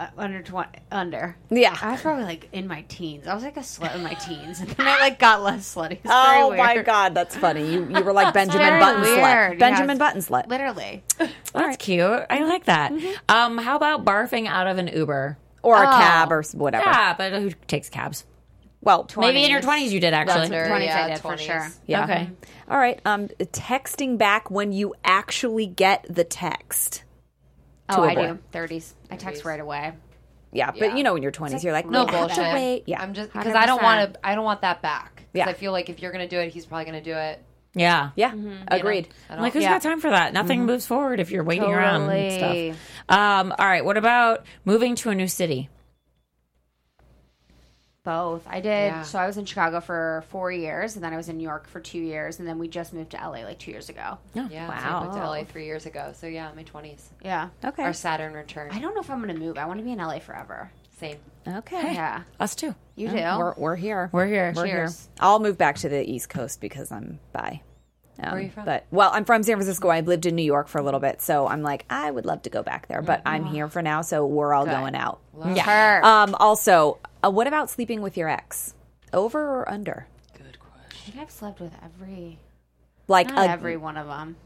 Speaker 4: Uh, under 20. Under.
Speaker 1: Yeah.
Speaker 4: I was probably like in my teens. I was like a slut in my teens. And then I like got less slutty. It's very
Speaker 1: oh my
Speaker 4: weird.
Speaker 1: god, that's funny. You you were like Benjamin
Speaker 4: very
Speaker 1: Button
Speaker 4: weird,
Speaker 1: slut.
Speaker 4: yeah.
Speaker 1: Benjamin Button slut.
Speaker 4: Literally.
Speaker 3: that's cute.
Speaker 1: Mm-hmm.
Speaker 3: I like that. Um, how about barfing out of an Uber?
Speaker 1: or a
Speaker 4: Oh.
Speaker 1: cab or s- whatever.
Speaker 3: Yeah, but who takes cabs?
Speaker 1: Well,
Speaker 3: Maybe in your 20s you did actually.
Speaker 5: Under,
Speaker 4: 20s I
Speaker 5: yeah,
Speaker 4: did for
Speaker 5: 20s.
Speaker 4: sure.
Speaker 1: yeah.
Speaker 3: Okay.
Speaker 1: All right. Um, texting back when you actually get the text.
Speaker 4: Oh, I
Speaker 1: Doable.
Speaker 4: do. 30s. I text right away.
Speaker 1: yeah,
Speaker 5: Yeah.
Speaker 1: but you know, when you're 20s, you're like,
Speaker 5: No
Speaker 1: "Wait, I have to
Speaker 5: bullshit.
Speaker 1: wait." Yeah,
Speaker 5: I'm just because I don't
Speaker 4: 100%.
Speaker 5: want to. I don't want that back. 'Cause
Speaker 1: Yeah.
Speaker 5: I feel like if you're gonna do it, he's probably gonna do it.
Speaker 3: Yeah.
Speaker 1: yeah,
Speaker 5: Mm-hmm.
Speaker 1: Mm-hmm. agreed.
Speaker 5: I
Speaker 3: I'm
Speaker 5: don't-
Speaker 3: like, who's
Speaker 4: yeah.
Speaker 3: got time for that? Nothing moves forward if you're waiting around and
Speaker 4: Totally.
Speaker 3: stuff. Um, all right. What about moving to a new city?
Speaker 4: Both. I did.
Speaker 5: Yeah.
Speaker 4: So I was in Chicago for four years, and then I was in New York for two years, and then we just moved to LA like two years ago.
Speaker 3: No.
Speaker 5: Yeah, wow. I
Speaker 3: Wow.
Speaker 5: went to LA three years ago. So yeah, my twenties.
Speaker 4: Yeah.
Speaker 1: Okay,
Speaker 5: Our Saturn return.
Speaker 4: I don't know if I'm gonna move. I want to be in LA forever.
Speaker 5: Same.
Speaker 1: okay,
Speaker 4: Yeah.
Speaker 3: Us too.
Speaker 4: You do.
Speaker 1: We're, we're here.
Speaker 3: We're here.
Speaker 1: We're
Speaker 4: Cheers.
Speaker 1: here. I'll move back to the East Coast because I'm bi. Um,
Speaker 5: Where are you from?
Speaker 1: But well, I'm from San Francisco. I lived in New York for a little bit, so I'm like, I would love to go back there, but I'm here for now, so we're all going out.
Speaker 5: Mm-hmm. Love
Speaker 4: Her.
Speaker 1: Um, also, uh, what about sleeping with your ex? Over or under?
Speaker 5: Good question.
Speaker 4: I think I've slept with every,
Speaker 1: Like
Speaker 4: not
Speaker 1: a-
Speaker 4: every one of them.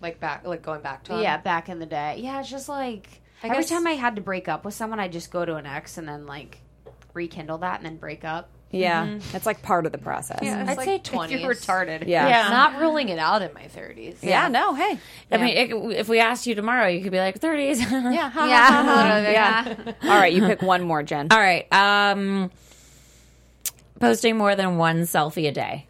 Speaker 5: Like back, like going back to him.
Speaker 4: Yeah, back in the day. Yeah, it's just like
Speaker 5: I
Speaker 4: every
Speaker 5: guess-
Speaker 4: time I had to break up with someone, I just go to an ex and then like rekindle that and then break up.
Speaker 1: yeah, that's like part of the process. Mm-hmm. Yeah,
Speaker 5: It's
Speaker 4: I'd
Speaker 5: like
Speaker 4: say
Speaker 5: if
Speaker 4: 20s.
Speaker 5: you're retarded.
Speaker 1: yeah,
Speaker 3: Yeah.
Speaker 5: Not ruling it out in my thirties.
Speaker 1: no, hey,
Speaker 3: I mean, it, if we asked you tomorrow, you could be like, 30s. yeah.
Speaker 4: Yeah.
Speaker 1: yeah. all right, you pick one more, Jen.
Speaker 3: All right. Um, posting more than one selfie a day.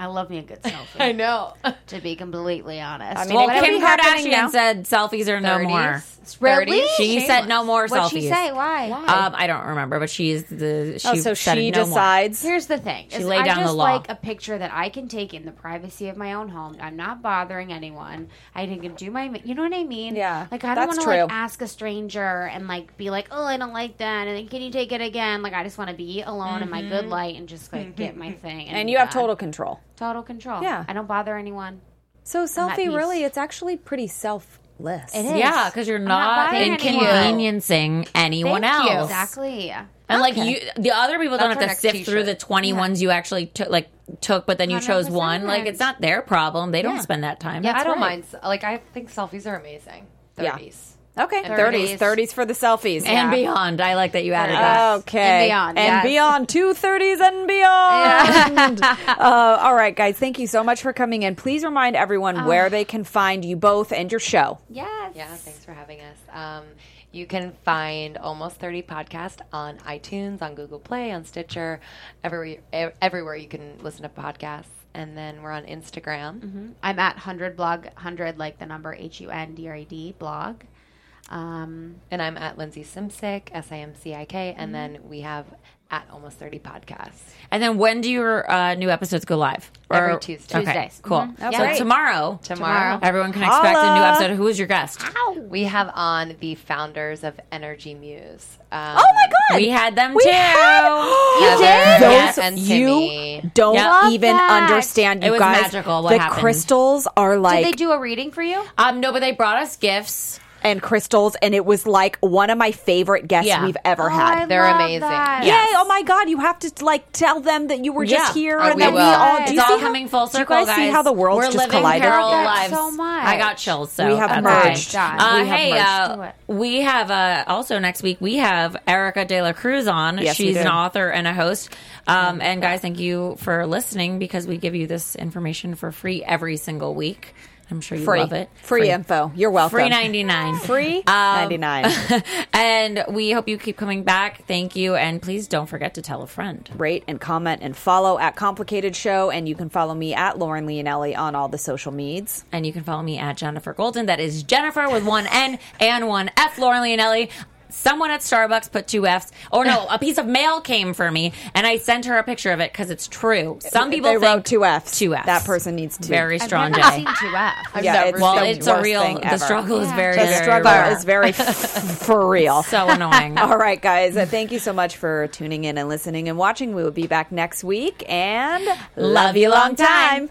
Speaker 4: I love me a good selfie.
Speaker 5: I know.
Speaker 4: to be completely honest.
Speaker 1: I mean,
Speaker 3: Well,
Speaker 1: it could
Speaker 3: Kim
Speaker 1: be happening now.
Speaker 3: Kardashian said selfies are no more.
Speaker 5: 30s.
Speaker 4: Really?
Speaker 3: She said no more
Speaker 4: What'd
Speaker 3: selfies.
Speaker 4: she say? Why?
Speaker 3: Um, I don't remember, but she's the. She
Speaker 1: Oh, so
Speaker 3: said
Speaker 1: she
Speaker 3: no more.
Speaker 1: decides.
Speaker 4: Here's the thing. is
Speaker 3: laid
Speaker 4: I
Speaker 3: down the
Speaker 4: just
Speaker 3: law.
Speaker 4: like a picture that I can take in the privacy of my own home. I'm not bothering anyone. I can do my, you know what I mean?
Speaker 1: Yeah,
Speaker 4: Like I don't
Speaker 1: that's
Speaker 4: want to like
Speaker 1: true.
Speaker 4: ask a stranger and like be like, oh, I don't like that, and then can you take it again? Like I just want to be alone in my
Speaker 3: Mm-hmm.
Speaker 4: good light and just like get my thing. And,
Speaker 1: and
Speaker 4: be
Speaker 1: you have
Speaker 4: done.
Speaker 1: total control.
Speaker 4: total control.
Speaker 1: Yeah.
Speaker 4: I don't bother anyone.
Speaker 1: So selfie,
Speaker 4: peace.
Speaker 1: really, it's actually pretty selfless. It
Speaker 3: Yeah, because you're
Speaker 4: not
Speaker 3: not,
Speaker 4: buying anyone.
Speaker 3: inconveniencing anyone
Speaker 4: Thank you.
Speaker 3: else.
Speaker 4: Exactly.
Speaker 3: And like you, the other people don't have
Speaker 5: That's our
Speaker 3: to
Speaker 5: next
Speaker 3: sift
Speaker 5: t-shirt.
Speaker 3: through the twenty ones you actually took, like took, but then you chose one. Like
Speaker 4: 100%.
Speaker 3: it's not their problem. They don't spend that time.
Speaker 5: I don't
Speaker 4: right.
Speaker 5: mind. Like I think selfies are amazing.
Speaker 1: Yeah.
Speaker 5: Thirties.
Speaker 1: Okay, 30s,
Speaker 4: 30s.
Speaker 1: 30s for the selfies.
Speaker 3: and beyond. I like that you added that.
Speaker 1: Okay.
Speaker 4: And beyond,
Speaker 1: And
Speaker 4: yes.
Speaker 1: beyond. Two thirties and beyond. uh, all right, guys. Thank you so much for coming in. Please remind everyone where they can find you both and your show.
Speaker 4: Yes.
Speaker 5: Yeah, thanks for having us. Um, you can find Almost 30 Podcast on iTunes, on Google Play, on Stitcher, everywhere, ev- everywhere you can listen to podcasts. And then we're on Instagram.
Speaker 1: Mm-hmm.
Speaker 4: I'm at hundred blog hundred like the number H U N D R E D blog. Um,
Speaker 5: And I'm at Lindsay Simsick, S I M C I K.
Speaker 1: Mm-hmm.
Speaker 5: And then we have at Almost 30 Podcast.
Speaker 3: And then when do your uh, new episodes go live?
Speaker 5: Every Tuesday. Mm-hmm.
Speaker 3: Okay,
Speaker 4: Tuesdays.
Speaker 3: Cool.
Speaker 4: That's
Speaker 3: So
Speaker 4: great.
Speaker 3: tomorrow,
Speaker 5: Tomorrow,
Speaker 3: everyone can expect a new
Speaker 1: Holla.
Speaker 3: episode. Who is your guest?
Speaker 5: we have on the founders of Energy Muse. Um,
Speaker 1: Oh my God.
Speaker 3: We had them
Speaker 1: We
Speaker 3: too.
Speaker 1: had-
Speaker 5: You did?
Speaker 1: Those
Speaker 5: Yes, and
Speaker 1: you
Speaker 5: Timmy.
Speaker 1: don't
Speaker 3: Yep.
Speaker 1: even
Speaker 4: Love that.
Speaker 1: understand. You
Speaker 3: It was
Speaker 1: guys,
Speaker 3: magical what
Speaker 1: the
Speaker 3: happened.
Speaker 1: crystals are
Speaker 4: did
Speaker 1: like
Speaker 4: they do a reading for you?
Speaker 3: um, no, but they brought us gifts.
Speaker 1: and crystals, and it was like one of my favorite guests
Speaker 3: Yeah.
Speaker 1: we've ever
Speaker 4: Oh, I
Speaker 1: had.
Speaker 5: They're
Speaker 4: love
Speaker 5: amazing.
Speaker 4: that.
Speaker 1: Yay!
Speaker 3: Yeah. Yes.
Speaker 1: Oh my God! You have to like tell them that you were just
Speaker 3: Yeah.
Speaker 1: here,
Speaker 5: Oh,
Speaker 1: and
Speaker 5: we
Speaker 1: then we
Speaker 5: will.
Speaker 1: all.
Speaker 3: It's
Speaker 1: do you
Speaker 3: all
Speaker 1: see
Speaker 3: coming
Speaker 1: how,
Speaker 3: full
Speaker 1: do you
Speaker 3: circle,
Speaker 1: guys see how the world's
Speaker 3: We're
Speaker 1: just
Speaker 3: living
Speaker 1: collided?
Speaker 3: parallel
Speaker 4: I love that
Speaker 3: lives.
Speaker 4: so much.
Speaker 3: I got chills. So
Speaker 1: We have
Speaker 3: that's
Speaker 1: merged.
Speaker 3: great.
Speaker 4: Done.
Speaker 3: Uh,
Speaker 4: We have
Speaker 3: hey,
Speaker 4: merged.
Speaker 3: uh,
Speaker 4: Do it.
Speaker 3: we have uh, also next week we have Erica De La Cruz on.
Speaker 1: Yes, we
Speaker 3: She's
Speaker 1: do.
Speaker 3: an author and a host. Um, and guys, thank you for listening because we give you this information for free every single week. I'm sure you
Speaker 1: Free.
Speaker 3: love it.
Speaker 1: Free, info. You're welcome.
Speaker 3: Free ninety Um, nine.
Speaker 1: Free ninety nine.
Speaker 3: and we hope you keep coming back. Thank you, and please don't forget to tell a friend.
Speaker 1: Rate and comment and follow at Complicated Show, and you can follow me at Lauren Leonelli on all the social meds.
Speaker 3: And you can follow me at Jennifer Golden. That is Jennifer with one N and one F. Lauren Leonelli. Someone at Starbucks put two F's. Or no, a piece of mail came for me, and I sent her a picture of it because it's true. Some people
Speaker 1: they
Speaker 3: think
Speaker 1: wrote two Fs.
Speaker 3: Two Fs.
Speaker 1: That person needs two.
Speaker 3: Very strong
Speaker 4: I've never
Speaker 3: J.
Speaker 4: seen two F.
Speaker 1: Yeah, it's
Speaker 3: Well,
Speaker 1: the
Speaker 3: it's a
Speaker 1: worst
Speaker 3: real.
Speaker 1: thing
Speaker 3: The
Speaker 1: ever.
Speaker 3: struggle is very,
Speaker 1: The
Speaker 3: very
Speaker 1: struggle
Speaker 3: real.
Speaker 1: is very f- for real.
Speaker 3: so annoying.
Speaker 1: all right, guys. uh, Thank you so much for tuning in and listening and watching. We will be back next week and
Speaker 3: Love you long time.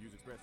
Speaker 6: Views expressed